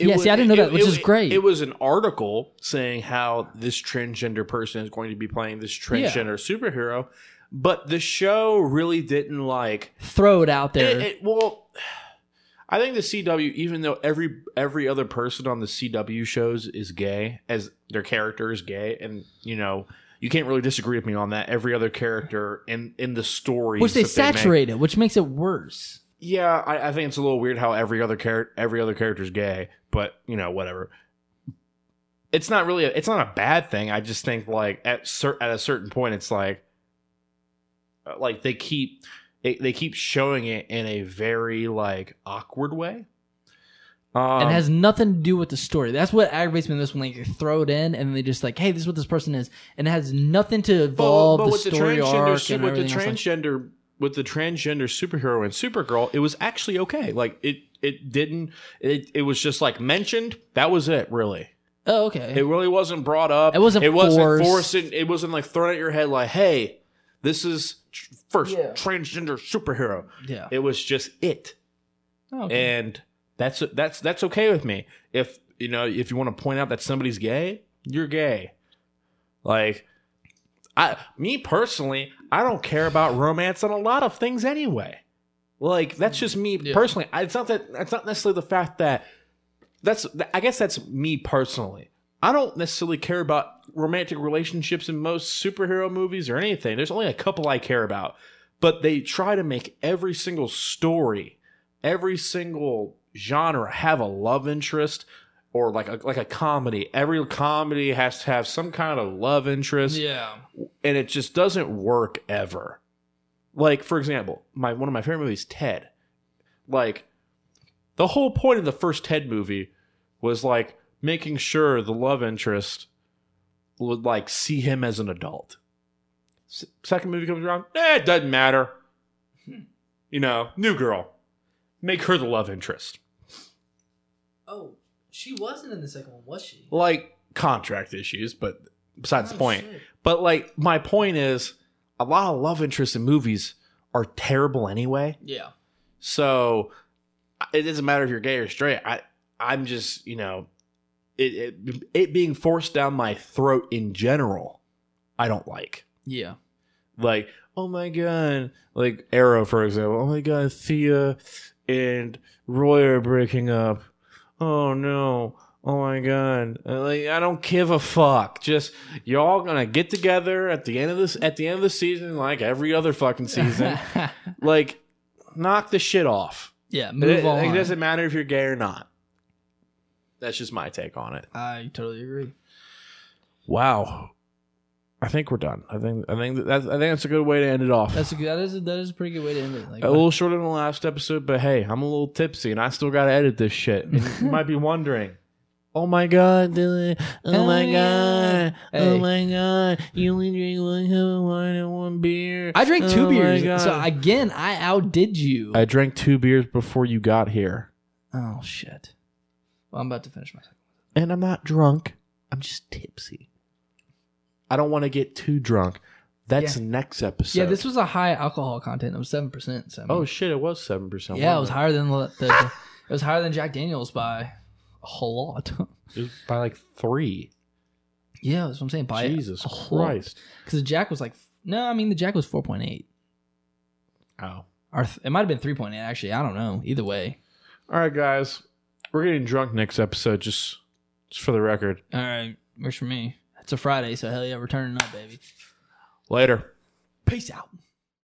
Speaker 1: it
Speaker 2: Yeah, see,
Speaker 1: was-
Speaker 2: I didn't know that, which
Speaker 1: it-
Speaker 2: is great.
Speaker 1: It was an article saying how this transgender person is going to be playing this
Speaker 2: Yeah.
Speaker 1: transgender superhero, but the show really didn't like
Speaker 2: throw it out there.
Speaker 1: it, it- well, *sighs* I think the CW, even though every every other person on the CW shows is gay, as their character is gay, and you know you can't really disagree with me on that. Every other character in in the story,
Speaker 2: which they saturate it, which makes it worse.
Speaker 1: yeah, I, I think it's a little weird how every other character every other character is gay, but you know whatever. It's not really a, it's not a bad thing. I just think like at cer- at a certain point, it's like uh, like they keep they, they keep showing it in a very like awkward way. Um,
Speaker 2: and it has nothing to do with the story. That's what aggravates me in this one. Like, you throw it in, and they just like, "Hey, this is what this person is," and it has nothing to
Speaker 1: but,
Speaker 2: evolve
Speaker 1: but
Speaker 2: the
Speaker 1: with the
Speaker 2: story
Speaker 1: transgender
Speaker 2: arc
Speaker 1: su-
Speaker 2: and
Speaker 1: with the
Speaker 2: everything else. Like,
Speaker 1: transgender with the transgender superhero and Supergirl, it was actually okay. Like it it didn't it it was just like mentioned. That was it, really.
Speaker 2: Oh, okay.
Speaker 1: It really wasn't brought up.
Speaker 2: It wasn't
Speaker 1: It wasn't
Speaker 2: forced.
Speaker 1: forced. and It wasn't like thrown at your head like, "Hey, this is tr- first
Speaker 2: Yeah.
Speaker 1: transgender superhero."
Speaker 2: yeah.
Speaker 1: It was just it,
Speaker 2: Oh, okay.
Speaker 1: *laughs* and that's that's that's okay with me. If you know, if you want to point out that somebody's gay, you're gay. Like, I me personally, I don't care about romance on a lot of things anyway. Like that's just me
Speaker 2: Yeah.
Speaker 1: personally. I- It's not that it's not necessarily the fact that that's I guess that's me personally. I don't necessarily care about romantic relationships in most superhero movies or anything. There's only a couple I care about, but they try to make every single story, every single genre have a love interest or like a, like a comedy. Every comedy has to have some kind of love interest
Speaker 2: yeah.
Speaker 1: and it just doesn't work ever. Like for example, my one of my favorite movies, Ted. Like the whole point of the first Ted movie was like making sure the love interest would like see him as an adult. S- second movie comes around, eh, it doesn't matter. Hmm. You know, new girl, make her the love interest.
Speaker 2: Oh, she wasn't in the second one, was she? Oh,
Speaker 1: Like contract issues, but besides the point. But like my point is a lot of love interests in movies are terrible anyway.
Speaker 2: Yeah.
Speaker 1: So it doesn't matter if you're gay or straight. I I'm just, you know, it it, it being forced down my throat in general, I don't like.
Speaker 2: Yeah.
Speaker 1: Like, oh my god, like Arrow for example. Oh my god, Thea and Roy are breaking up. Oh no. Oh my god. Uh, Like I don't give a fuck. Just y'all gonna get together at the end of this at the end of the season like every other fucking
Speaker 2: *laughs*
Speaker 1: season. like knock the shit off.
Speaker 2: yeah.
Speaker 1: It,
Speaker 2: Move
Speaker 1: it
Speaker 2: on.
Speaker 1: doesn't matter if you're gay or not. That's just my take on it.
Speaker 2: I totally agree.
Speaker 1: Wow. I think we're done. I think I think that's I think that's a good way to end it off.
Speaker 2: That's a good. That is a, that is a pretty good way to end it. Like,
Speaker 1: A little shorter than the last episode, but hey, I'm a little tipsy and I still gotta edit this shit. And you might be wondering, oh my god, Dylan, oh my god, oh
Speaker 2: Hey.
Speaker 1: my god, you only drink one cup of wine and one beer.
Speaker 2: I drank
Speaker 1: two
Speaker 2: two beers. So
Speaker 1: So I,
Speaker 2: again, I outdid you.
Speaker 1: oh I drank two beers before you got here,
Speaker 2: oh shit. Well, I'm about to finish my second.
Speaker 1: and I'm not drunk. I'm just tipsy. I don't want to get too drunk. That's next episode.
Speaker 2: yeah, this was a high alcohol content. It was seven percent. So I mean-
Speaker 1: Oh shit! It was seven percent.
Speaker 2: yeah, it was higher than the, the, the- it was higher than Jack Daniels by a whole lot. *laughs*
Speaker 1: It was by like three.
Speaker 2: yeah, that's what I'm saying. By
Speaker 1: Jesus Christ!
Speaker 2: Because the Jack was like no, I mean the Jack was four point eight.
Speaker 1: Oh.
Speaker 2: Or th- it might have been three point eight actually. I don't know. Either way.
Speaker 1: All right, guys. We're getting drunk next episode, just, just for the record.
Speaker 2: All right, works for me. It's a Friday, so hell yeah, we're turning up, baby.
Speaker 1: Later.
Speaker 2: Peace out.